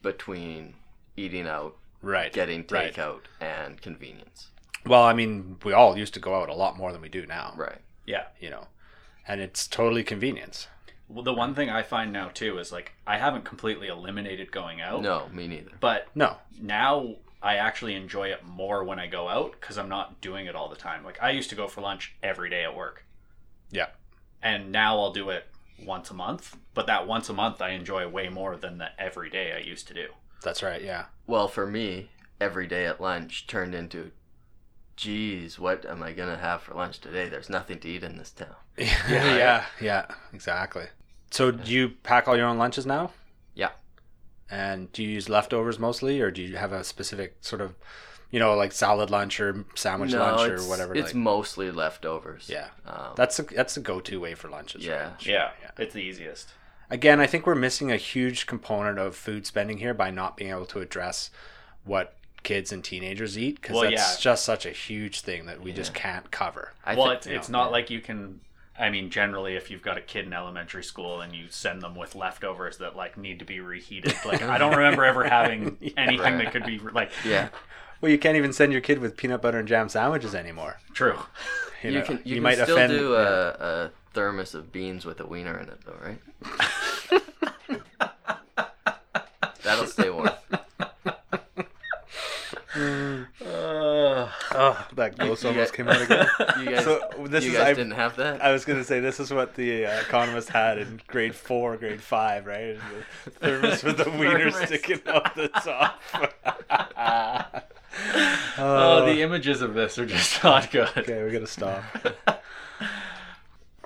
A: between eating out,
C: right.
A: getting
C: Right.
A: takeout, and convenience.
C: Well, I mean, we all used to go out a lot more than we do now,
A: Right.
B: yeah.
C: you know, and it's totally convenience.
B: Well, the one thing I find now too is like I haven't completely eliminated going out.
A: No, me neither.
B: But
C: No,
B: now I actually enjoy it more when I go out because I'm not doing it all the time. Like I used to go for lunch every day at work.
C: Yeah.
B: And now I'll do it once a month. But that once a month I enjoy way more than the every day I used to do.
C: that's right. Yeah,
A: Well, for me, every day at lunch turned into, geez, what am I gonna have for lunch today? There's nothing to eat in this town.
C: yeah,
A: Yeah.
C: yeah, yeah, exactly. So, do you pack all your own lunches now?
A: Yeah.
C: And do you use leftovers mostly, or do you have a specific sort of, you know, like salad lunch or sandwich lunch or
A: it's,
C: whatever?
A: It's
C: like,
A: mostly leftovers.
C: yeah,
A: Um,
C: that's a, that's the go-to way for lunches.
A: Yeah.
C: right?
B: Yeah.
C: yeah.
B: It's the easiest.
C: Again, I think we're missing a huge component of food spending here by not being able to address what kids and teenagers eat because
B: Well,
C: that's
B: yeah.
C: just such a huge thing that we just
A: Yeah.
C: can't cover.
A: I
B: well,
A: think-
B: it's, it's not like you can. I mean, generally, if you've got a kid in elementary school and you send them with leftovers that like need to be reheated, like I don't remember ever having anything
A: Right.
B: that could be like
A: yeah.
C: Well, you can't even send your kid with peanut butter and jam sandwiches anymore.
B: true.
C: You,
A: You
C: know,
A: can you,
C: you
A: can
C: might
A: still
C: offend.
A: do uh,
C: yeah.
A: a, a thermos of beans with a wiener in it though, right? That'll stay warm.
C: Oh, that ghost
A: you
C: almost
A: got-
C: came out again.
A: You guys,
C: So this
A: you
C: is
A: guys
C: I,
A: didn't have that.
C: I was gonna say this is what the uh, economist had in grade four, grade five, right? Is the Thermos with the wiener
A: Thermos.
C: sticking out the top.
B: Oh, the images of this are just not good.
C: okay, we gotta stop.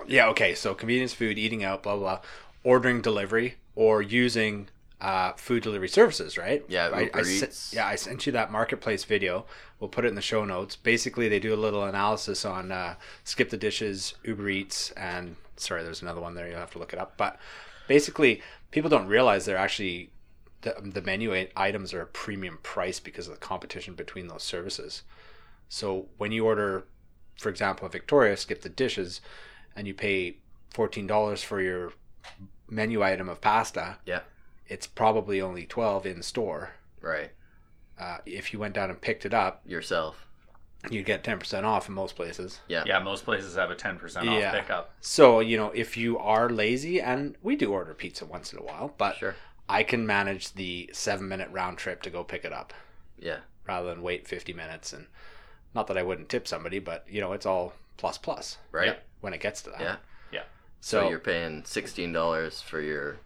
C: yeah, okay. So convenience food, eating out, blah blah, blah. ordering delivery, or using uh, food delivery services, right?
A: Yeah,
C: I,
A: Uber
C: I sen-
A: Eats.
C: yeah. I sent you that marketplace video. We'll put it in the show notes. Basically, they do a little analysis on uh, skip the dishes, Uber Eats, and sorry, there's another one there. You'll have to look it up. But basically, people don't realize they're actually the, um, the menu i- items are a premium price because of the competition between those services. So when you order, for example, at Victoria, skip the dishes, and you pay fourteen dollars for your menu item of pasta,
A: Yeah.
C: it's probably only twelve in store.
A: Right.
C: Uh, if you went down and picked it up,
A: Yourself.
C: you'd get ten percent off in most places.
B: Yeah, most places have a ten percent off
C: Yeah.
B: pickup.
C: So you know, if you are lazy, and we do order pizza once in a while, but
A: Sure.
C: I can manage the seven-minute round trip to go pick it up.
A: Yeah.
C: rather than wait 50 minutes and not that I wouldn't tip somebody but you know it's all plus plus
A: Right.
B: Yeah.
C: when it gets to that
A: Yeah.
B: Yeah.
A: So,
C: so,
A: you're paying sixteen dollars for your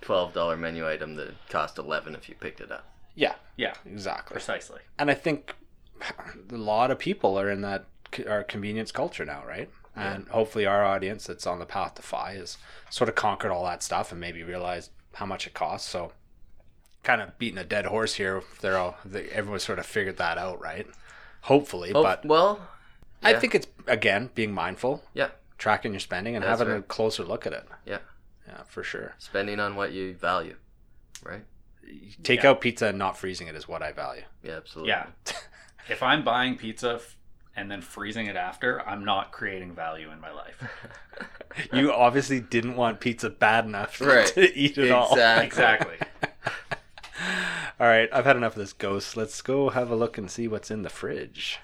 A: twelve dollar menu item that cost eleven if you picked it up.
C: yeah
B: Yeah,
C: exactly
B: precisely.
C: and I think a lot of people are in that our convenience culture now right and hopefully our audience that's on the path to fi is sort of conquered all that stuff and maybe realized how much it costs so kind of beating a dead horse here. They're all they, everyone sort of figured that out, right? Hopefully,
A: Oh,
C: but
A: well,
C: I
A: yeah.
C: think it's again being mindful,
A: yeah,
C: tracking your spending, and
A: That's
C: having a
A: right.
C: closer look at it.
A: yeah.
C: Yeah, for sure.
A: Spending on what you value, right?
C: Take
B: Yeah.
C: out pizza and not freezing it is what I value.
A: Yeah, absolutely.
B: Yeah. if I'm buying pizza f- and then freezing it after, I'm not creating value in my life.
C: You obviously didn't want pizza bad enough
A: Right.
C: to eat it all.
A: Exactly.
B: exactly.
C: All right, I've had enough of this ghost. Let's go have a look and see what's in the fridge.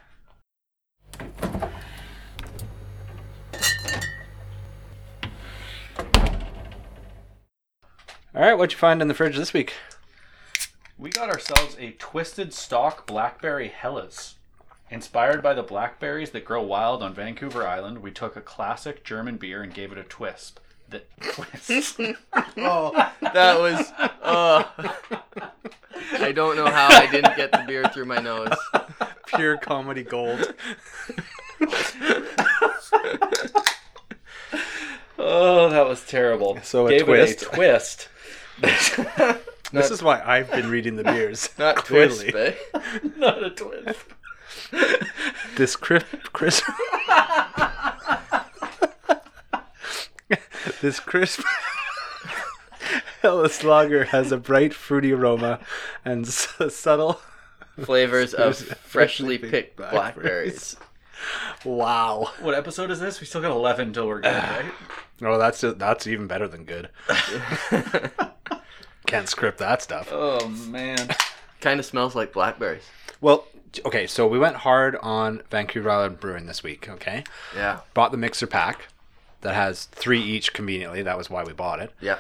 C: All right, what'd you find in the fridge this week?
B: We got ourselves a twisted stock blackberry Hellas. Inspired by the blackberries that grow wild on Vancouver Island, we took a classic German beer and gave it a twist. The twist.
A: Oh, that was. Oh. I don't know how I didn't get the beer through my nose.
C: Pure comedy gold.
B: oh, that was terrible.
C: So a
B: gave it
C: twist.
B: a twist.
C: this is why I've been reading the beers.
A: Not twist, eh?
B: Not a twist.
C: This crisp, crisp. this crisp Hellas lager has a bright fruity aroma and s- subtle.
A: Flavors of freshly
C: picked
A: picked
C: blackberries.
A: blackberries.
C: Wow.
B: What episode is this? We still got 11 till we're good, right?
C: Oh, that's that's even better than good. Can't script that stuff.
B: Oh, man.
A: kind of smells like blackberries.
C: Well, okay, so we went hard on Vancouver Island Brewing this week. Okay,
A: Yeah,
C: bought the mixer pack that has three each conveniently. That was why we bought it.
A: yeah.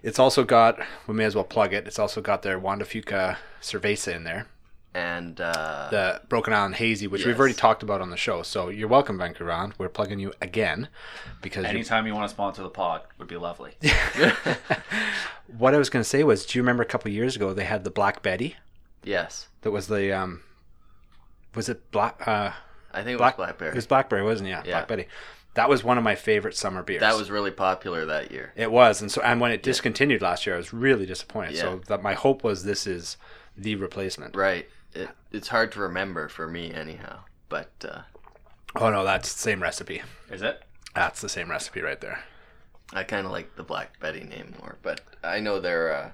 C: It's also got, we may as well plug it, it's also got their Juan de Fuca Cerveza in there,
A: And uh,
C: the Broken Island Hazy, which we've
A: Yes.
C: already talked about on the show. So you're welcome, Vancouver Island. We're plugging you again because you,
B: Anytime you want to sponsor the pod would be lovely.
C: what I was going to say was, do you remember a couple years ago they had the Black Betty
A: yes,
C: that was the, um, was it Black, uh,
A: I think it
C: Black,
A: was blackberry.
C: It was Blackberry, wasn't it? Yeah,
A: Yeah.
C: Black Betty. That was one of my favorite summer beers.
A: that was really popular that year.
C: It was, and so and when it discontinued last year, I was really disappointed.
A: Yeah.
C: So that my hope was this is the replacement.
A: Right. It, it's hard to remember for me, anyhow. But uh,
C: Oh no, that's the same recipe.
B: Is it?
C: That's the same recipe right there.
A: I kind of like the Black Betty name more. But I know they're uh,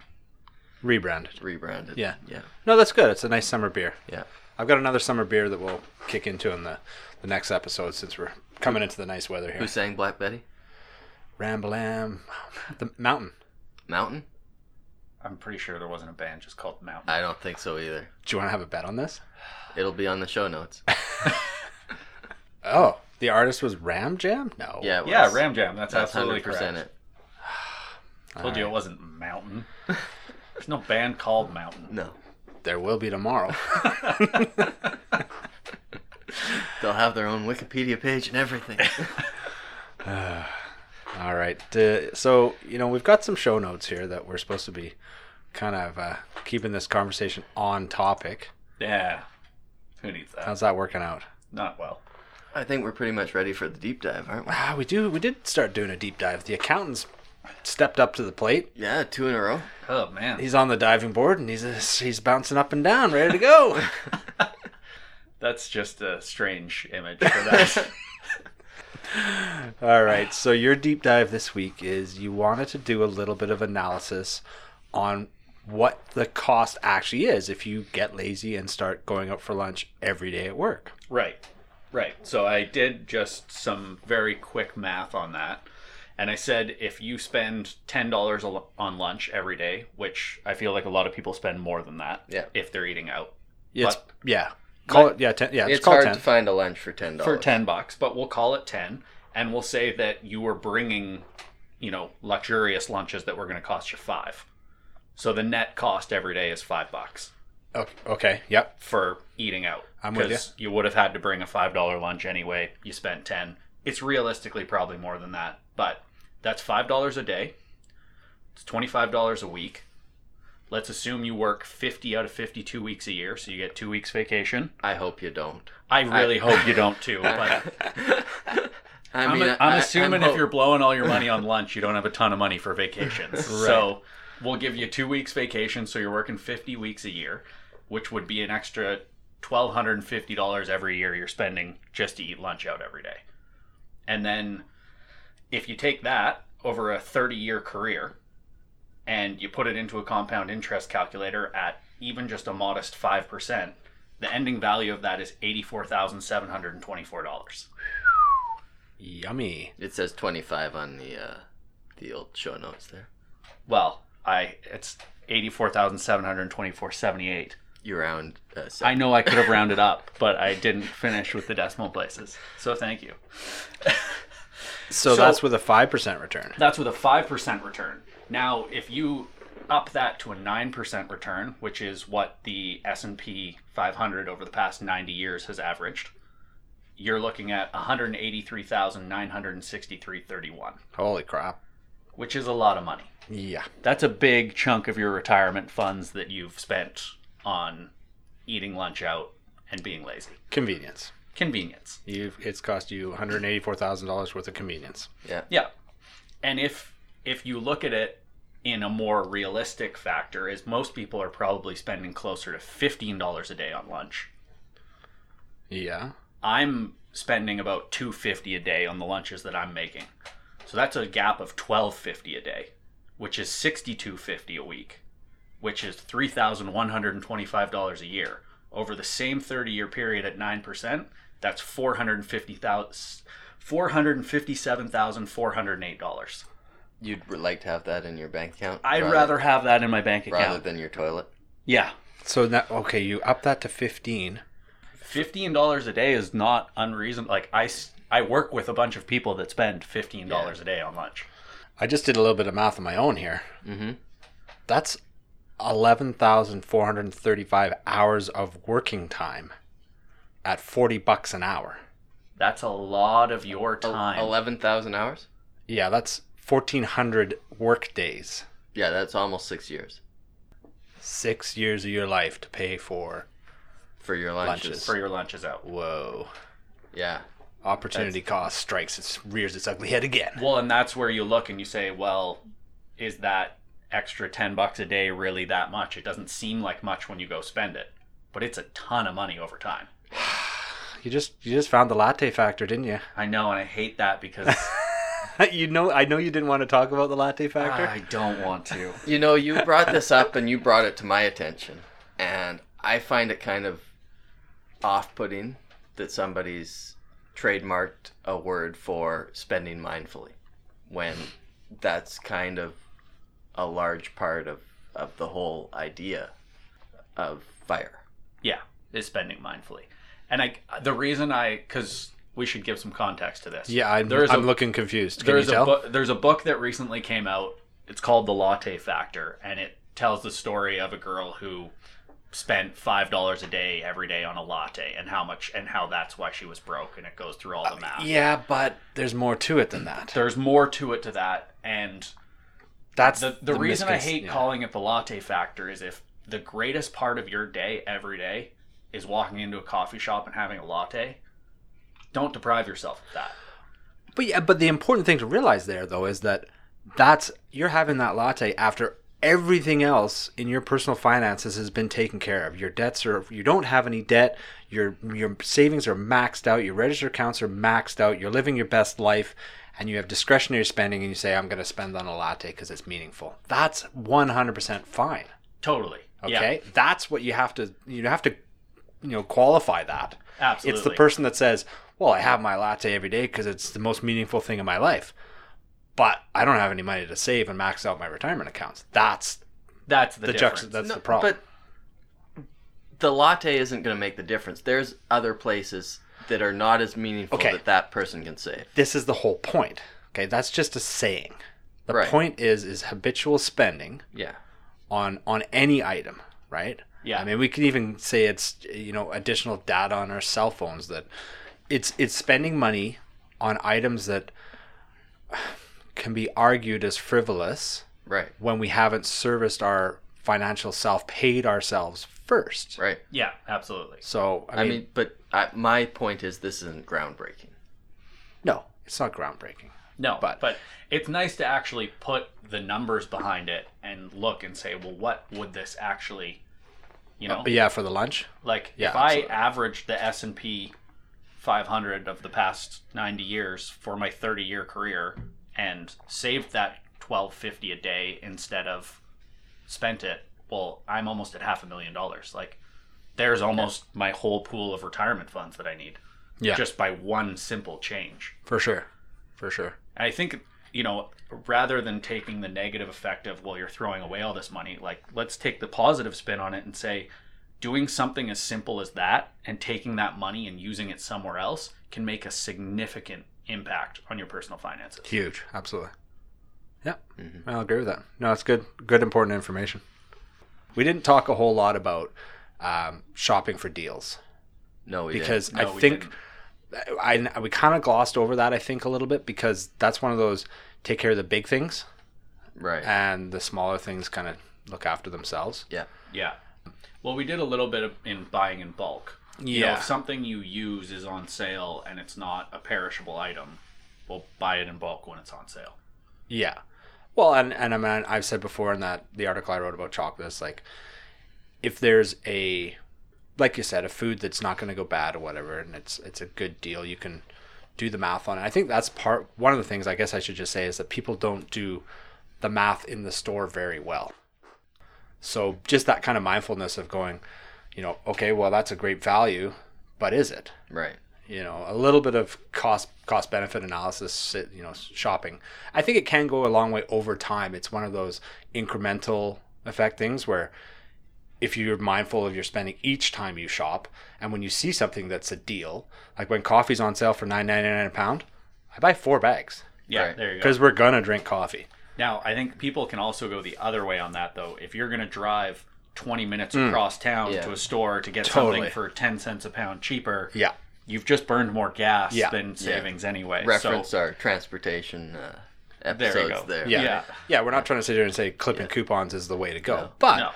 C: Rebranded.
A: rebranded.
C: Yeah.
A: yeah,
C: No, that's good. It's a nice summer beer.
A: yeah.
C: I've got another summer beer that we'll kick into in the, the next episode since we're coming into the nice weather
A: Who
C: here.
A: sang Black Betty?
C: Rambalam, the mountain.
A: Mountain?
B: I'm pretty sure there wasn't a band just called Mountain.
A: I don't think so either.
C: Do you want to have a bet on this?
A: It'll be on the show notes.
C: Oh, the artist was Ram Jam. No.
A: Yeah, it
B: yeah,
A: was.
B: Ram Jam. That's,
A: That's
B: absolutely
A: hundred
B: correct.
A: percent it.
B: Told you it wasn't Mountain. There's no band called Mountain.
A: No,
C: There will be tomorrow.
A: they'll have their own Wikipedia page and everything.
C: All right. Uh, so, you know, we've got some show notes here that we're supposed to be kind of uh, keeping this conversation on topic.
B: Yeah. Who needs that?
C: How's that working out?
B: Not well.
A: I think we're pretty much ready for the deep dive, aren't we?
C: Ah, we do. We did start doing a deep dive. The accountant's stepped up to the plate.
A: Yeah, two in a row.
B: Oh man.
C: He's on the diving board and he's he's bouncing up and down, ready to go.
B: That's just a strange image for that.
C: All right. So your deep dive this week is you wanted to do a little bit of analysis on what the cost actually is if you get lazy and start going out for lunch every day at work.
B: right. Right. So I did just some very quick math on that. And I said if you spend $10 a lo- on lunch every day, which I feel like a lot of people spend more than that
A: Yeah.
B: if they're eating out.
C: It's,
B: But-
C: yeah. Call it yeah, ten, yeah.
A: It's
C: It's called
A: hard
C: ten.
A: to find a lunch for ten dollars.
B: for 10 bucks but we'll call it 10 and we'll say that you were bringing you know luxurious lunches that were going to cost you five so the net cost every day is five bucks
C: okay, Oh, okay. Yep.
B: for eating out
C: I'm with
B: you would have had to bring a five dollar lunch anyway you spent 10 it's realistically probably more than that but that's five dollars a day it's $25 a week let's assume you work 50 out of 52 weeks a year so you get two weeks vacation
A: I hope you don't.
B: i really hope you don't too but
A: I
B: I'm,
A: mean,
B: I'm
A: I- I-
B: assuming
A: I'm
B: if
A: hope-
B: you're blowing all your money on lunch, you don't have a ton of money for vacations. So We'll give you two weeks vacation, so you're working 50 weeks a year, which would be an extra $1,250 every year you're spending just to eat lunch out every day. And then if you take that over a 30 year career and you put it into a compound interest calculator at even just a modest 5%, the ending value of that is $84,724.
C: Yummy.
A: It says 25 on the uh, the old show notes there.
B: Well, I it's 84,724.78.
A: You round. Uh, so-
B: I know I could have rounded up, but I didn't finish with the decimal places. So thank you.
C: So,
B: So-
C: that's with a 5% return.
B: That's with a 5% return. Now, if you up that to a 9% return, which is what the S&P 500 over the past 90 years has averaged, you're looking at 183,963.31,
C: Holy crap.
B: which is a lot of money.
C: Yeah.
B: That's a big chunk of your retirement funds that you've spent on eating lunch out and being lazy.
C: Convenience.
B: Convenience.
C: You've, it's cost you $184,000 worth of convenience.
A: yeah.
B: Yeah. And if if you look at it in a more realistic factor, is most people are probably spending closer to fifteen dollars a day on lunch.
C: Yeah.
B: I'm spending about two fifty a day on the lunches that I'm making. So that's a gap of twelve fifty a day, which is sixty two fifty a week, which is three thousand one hundred and twenty five dollars a year. Over the same thirty year period at nine percent, that's four hundred and fifty thousand four hundred and fifty seven thousand four hundred and eight dollars.
A: You'd r- like to have that in your bank account.
B: I'd rather, have that in my bank account.
A: rather than your toilet.
B: yeah.
C: So that, okay, you up that to 15.
B: Fifteen dollars a day is not unreasonable. Like I, s- I work with a bunch of people that spend fifteen dollars a day on lunch.
C: I just did a little bit of math on my own here.
A: Mm-hmm.
C: That's 11,435 hours of working time at 40 bucks an hour.
B: That's a lot of your time.
A: Eleven thousand hours.
C: Yeah, that's 1,400 work days.
A: Yeah, that's almost six years
C: Six years of your life to pay for.
A: for your lunches.
C: Lunches.
B: for your lunches out.
C: Whoa.
A: Yeah.
C: Opportunity cost strikes its rears its ugly head again.
B: Well, and that's where you look and you say, well, is that extra ten bucks a day really that much? It doesn't seem like much when you go spend it, but it's a ton of money over time.
C: You just you just found the latte factor, didn't you?
B: I know, and I hate that because
C: you know I know you didn't want to talk about the latte factor.
B: I don't want to.
A: You know, you brought this up and you brought it to my attention, and I find it kind of off-putting that somebody's trademarked a word for spending mindfully when that's kind of a large part of, of the whole idea of fire.
B: Yeah, is spending mindfully. And I, the reason I, because we should give some context to this.
C: yeah, I'm,
B: There is
C: I'm
B: a-
C: looking confused. Can you
B: there's a
C: tell?
B: book. There's a book that recently came out. It's called The Latte Factor, and it tells the story of a girl who spent five dollars a day every day on a latte, and how much, and how that's why she was broke, and it goes through all the math.
C: Uh, yeah, but there's more to it than that.
B: There's more to it to that, and
C: That's
B: the, the, reason I
C: miscon-
B: hate
C: yeah.
B: calling it the latte factor is if the greatest part of your day every day is walking into a coffee shop and having a latte, don't deprive yourself of that.
C: But yeah, but the important thing to realize there though is that that's you're having that latte after everything else in your personal finances has been taken care of. Your debts are you don't have any debt. Your your savings are maxed out. Your register accounts are maxed out. You're living your best life, and you have discretionary spending. And you say, "I'm going to spend on a latte because it's meaningful." That's 100% fine.
B: Totally.
C: Okay, that's what you have to you have to you know qualify that.
B: Yeah, absolutely.
C: It's the person that says, "Well, I have my latte every day because it's the most meaningful thing in my life, but I don't have any money to save and max out my retirement accounts." That's
B: that's the,
C: the,
B: difference.
C: juxta- That's the problem.
A: But the latte isn't going to make the difference. There's other places that are not as meaningful
C: Okay.
A: that that person can save.
C: this is the whole point. Okay, that's just a saying. The
A: Right.
C: point is is habitual spending
A: Yeah.
C: on on any item, right?
B: Yeah.
C: I mean, we can even say it's you know additional data on our cell phones that it's it's spending money on items that can be argued as frivolous
A: Right.
C: when we haven't serviced our financial self, paid ourselves first.
A: Right.
B: yeah, absolutely.
C: So I
A: I
C: mean,
A: mean, but I, my point is this isn't groundbreaking.
C: no, it's not groundbreaking.
B: No,
C: But-
B: but it's nice to actually put the numbers behind it and and look and say, well, what would this actually, you know,
C: But Uh, yeah, for the lunch.
B: like
C: yeah,
B: if I
C: absolutely.
B: averaged the S and P 500 of the past 90 years for my 30 year career and saved that 1250 a day instead of spent it, well, I'm almost at half a million dollars. Like there's almost my whole pool of retirement funds that I need
C: Yeah,
B: just by one simple change.
C: for sure, for sure.
B: And I think you know, rather than taking the negative effect of well, you're throwing away all this money, like let's take the positive spin on it and say, doing something as simple as that and taking that money and using it somewhere else can make a significant impact on your personal finances.
C: Huge, absolutely. Yeah,
B: Mm-hmm.
A: Mhm.
C: I'll agree with that. No, it's good, good, important information. We didn't talk a whole lot about um, shopping for deals
A: No, we
C: because
B: No,
C: I
B: we
C: think
B: didn't.
C: I, I- we kind of glossed over that. I think a little bit because that's one of those take care of the big things
A: didn't. right.
C: and the smaller things kind of look after themselves.
A: yeah.
B: yeah. Well, we did a little bit of, in buying in bulk. You know,
C: Yeah.
B: if something you use is on sale and it's not a perishable item, well, buy it in bulk when it's on sale.
C: Yeah. Well, and and I mean, I've said before in that the article I wrote about chocolates, like if there's a, like you said, a food that's not going to go bad or whatever, and it's it's a good deal, you can do the math on it. I think that's part one of the things I guess I should just say is that people don't do the math in the store very well. So just that kind of mindfulness of going, you know, okay, well that's a great value, but is it?
A: Right.
C: you know a little bit of cost cost benefit analysis you know shopping i think it can go a long way over time it's one of those incremental effect things where if you're mindful of your spending each time you shop and when you see something that's a deal like when coffee's on sale for 9.99 a pound i buy four bags
B: Yeah,
A: Right.
B: there you go.
C: because we're gonna drink coffee
B: Now, I think people can also go the other way on that, though. If you're going to drive 20 minutes across town
A: Yeah.
B: to a store to get
C: Hmm. Totally.
B: something for 10 cents a pound cheaper,
C: yeah
B: you've just burned more gas
C: Yeah.
B: than savings anyway.
A: Reference
B: so,
A: our transportation uh,
B: there you go.
A: episodes there.
C: yeah yeah,
B: Yeah.
C: we're not trying to sit here and say clipping coupons is the way to go but
B: No.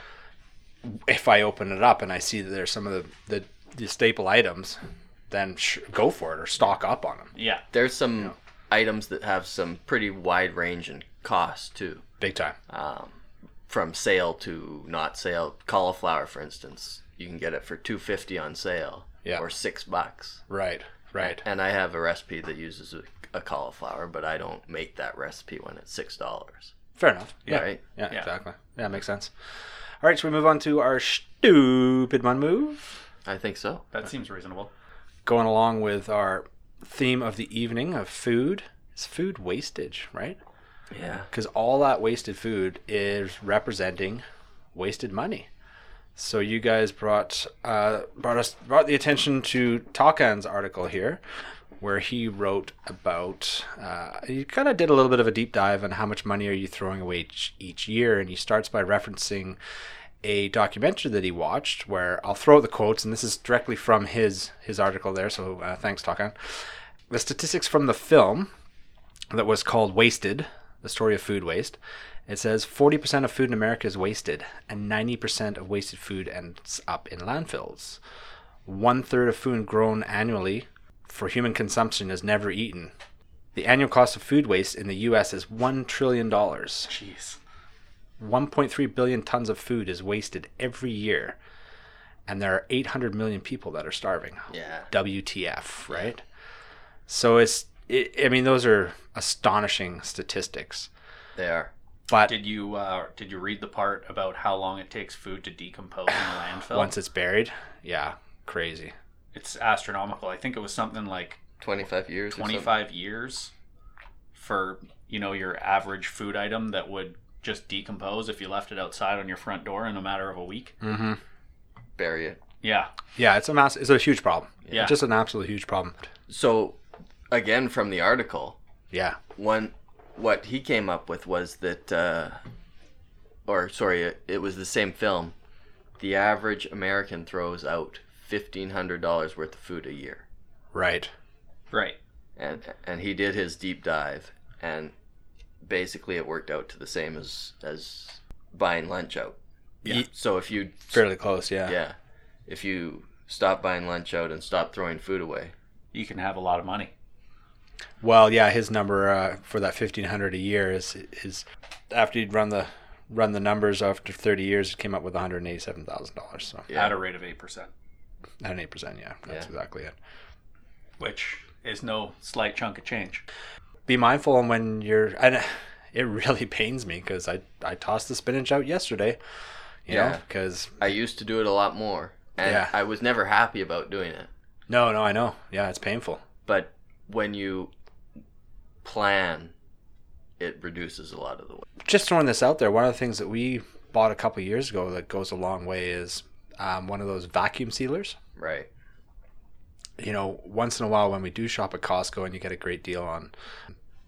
C: if I open it up and I see that there's some of the, the, the staple items, then sh- go for it or stock up on them
B: Yeah.
A: There's some items that have some pretty wide range in cost too.
C: big time.
A: from sale to not sale. Cauliflower, for instance, you can get it for two fifty on sale,
C: Yeah.
A: or six bucks.
C: right, right.
A: And I have a recipe that uses a, a cauliflower, but I don't make that recipe when it's six dollars.
C: Fair enough. Yeah,
A: Right.
C: yeah,
B: Yeah.
C: exactly. Yeah, makes sense. All right, so we move on to our stupid one move.
A: I think so.
B: That seems reasonable.
C: Going along with our theme of the evening of food, it's food wastage, right?
A: Yeah.
C: because all that wasted food is representing wasted money. So you guys brought uh, brought us brought the attention to Takan's article here, where he wrote about uh, he kind of did a little bit of a deep dive on how much money are you throwing away each, each year, and he starts by referencing a documentary that he watched where I'll throw the quotes, and this is directly from his his article there. So uh, thanks, Takan. The statistics from the film that was called Wasted, the story of food waste. It says 40% of food in America is wasted, and 90% of wasted food ends up in landfills. One third of food grown annually for human consumption is never eaten. The annual cost of food waste in the US is $1 trillion.
B: Jeez.
C: 1.3 billion tons of food is wasted every year, and there are 800 million people that are starving.
A: Yeah.
C: WTF, right? So it's, it, I mean, those are astonishing statistics.
A: They are.
C: But
B: Did you uh, did you read the part about how long it takes food to decompose in a landfill?
C: once it's buried, yeah, crazy.
B: It's astronomical. I think it was something like
A: Twenty five years. or something.
B: 25 years for you know your average food item that would just decompose if you left it outside on your front door in a matter of a week
C: Mm-hmm.
A: Bury it.
B: yeah
C: Yeah, it's a mass. It's a huge problem.
B: Yeah.
C: just an absolute huge problem.
A: So, again, from the article,
C: Yeah,
A: one what he came up with was that uh, or sorry it, it was the same film the average american throws out $1500 worth of food a year
C: right.
B: right
A: and and he did his deep dive and basically it worked out to the same as as buying lunch out
B: Yeah.
A: so if you
C: Fairly close. Yeah.
A: yeah if you stop buying lunch out and stop throwing food away
B: you can have a lot of money
C: Well, yeah, his number uh, for that fifteen hundred a year is is after you'd run the run the numbers after 30 years, it came up with $187,000. So
A: Yeah.
B: at a rate of 8%,
C: at an 8%, yeah,
A: Yeah.
C: that's exactly it.
B: which is no slight chunk of change.
C: Be mindful on when you're, and it really pains me because I, I tossed the spinach out yesterday, you yeah.
A: Yeah.
C: because
A: I used to do it a lot more, and
C: Yeah.
A: I was never happy about doing it.
C: no, no, I know. Yeah, it's painful.
A: But when you plan, it reduces a lot of the weight.
C: just throwing this out there, one of the things that we bought a couple years ago that goes a long way is um, one of those vacuum sealers.
A: Right.
C: You know, once in a while when we do shop at Costco and you get a great deal on,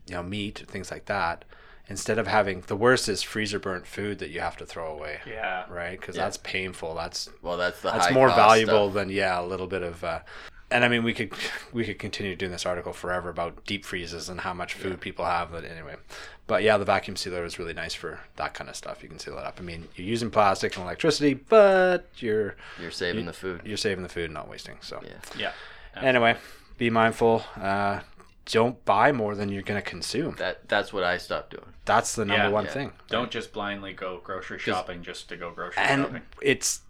C: you know, meat things like that, instead of having the worst is freezer burnt food that you have to throw away,
B: Yeah.
C: right? Because
A: Yeah.
C: that's painful. That's
A: Well, that's the
C: that's
A: high
C: more
A: cost
C: valuable
A: stuff.
C: than yeah a little bit of uh, and i mean we could we could continue doing this article forever about deep freezes and how much food people have but anyway but yeah the vacuum sealer is really nice for that kind of stuff you can seal it up i mean you're using plastic and electricity but you're
A: You're saving the food.
C: you're saving the food and not wasting so
A: Yeah.
B: Yeah.
C: anyway be mindful uh, don't buy more than you're going to consume
A: That that's what I stopped doing.
C: that's the number
B: Yeah.
C: one
A: Yeah.
C: thing
B: Don't just blindly go grocery shopping just to go grocery
C: and
B: shopping.
C: it's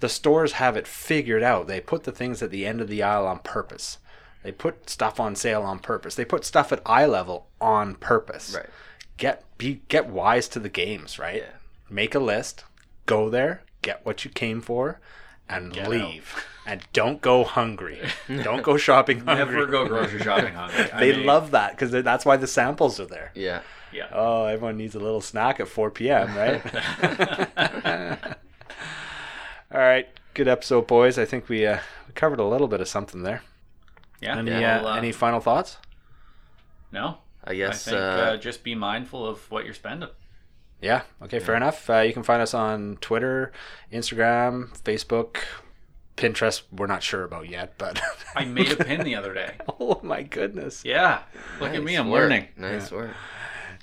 C: the stores have it figured out. They put the things at the end of the aisle on purpose. They put stuff on sale on purpose. They put stuff at eye level on purpose.
A: Right.
C: Get be get wise to the games, right?
A: Yeah.
C: Make a list, go there, get what you came for, and
B: Get
C: leave. And don't go hungry. don't go shopping hungry.
B: Never go grocery shopping hungry. I
C: they
B: mean,
C: love that because that's why the samples are there.
A: Yeah.
B: Yeah.
C: Oh, everyone needs a little snack at 4 p.m., right? All right, good episode, boys. I think we uh, we covered a little bit of something there.
B: Yeah.
C: Any
A: yeah.
C: uh,
B: Well, uh,
C: any final thoughts?
B: No.
A: I guess
B: I think
A: uh,
B: uh, just be mindful of what you're spending.
C: Yeah. Okay, fair enough. Uh, you can find us on Twitter, Instagram, Facebook, Pinterest. We're not sure about yet, but
B: I made a pin the other day.
C: oh my goodness.
B: Yeah. Look at me.
A: nice
B: I'm
A: work.
B: learning.
A: Nice work.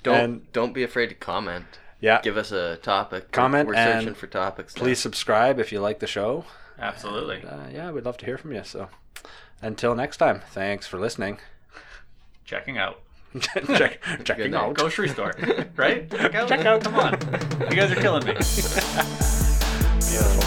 A: Don't
C: And-
A: don't be afraid to comment.
C: Yeah.
A: Give us a topic.
C: Comment
A: We're
C: and
A: searching for topics. now.
C: Please subscribe if you like the show.
B: Absolutely.
C: Uh, yeah, we'd love to hear from you. So, until next time, thanks for listening.
B: Checking out.
C: Check, checking
A: night.
C: out.
B: Grocery store. Right? Check out.
C: Check out.
B: Come on. You guys are killing me.
C: Beautiful.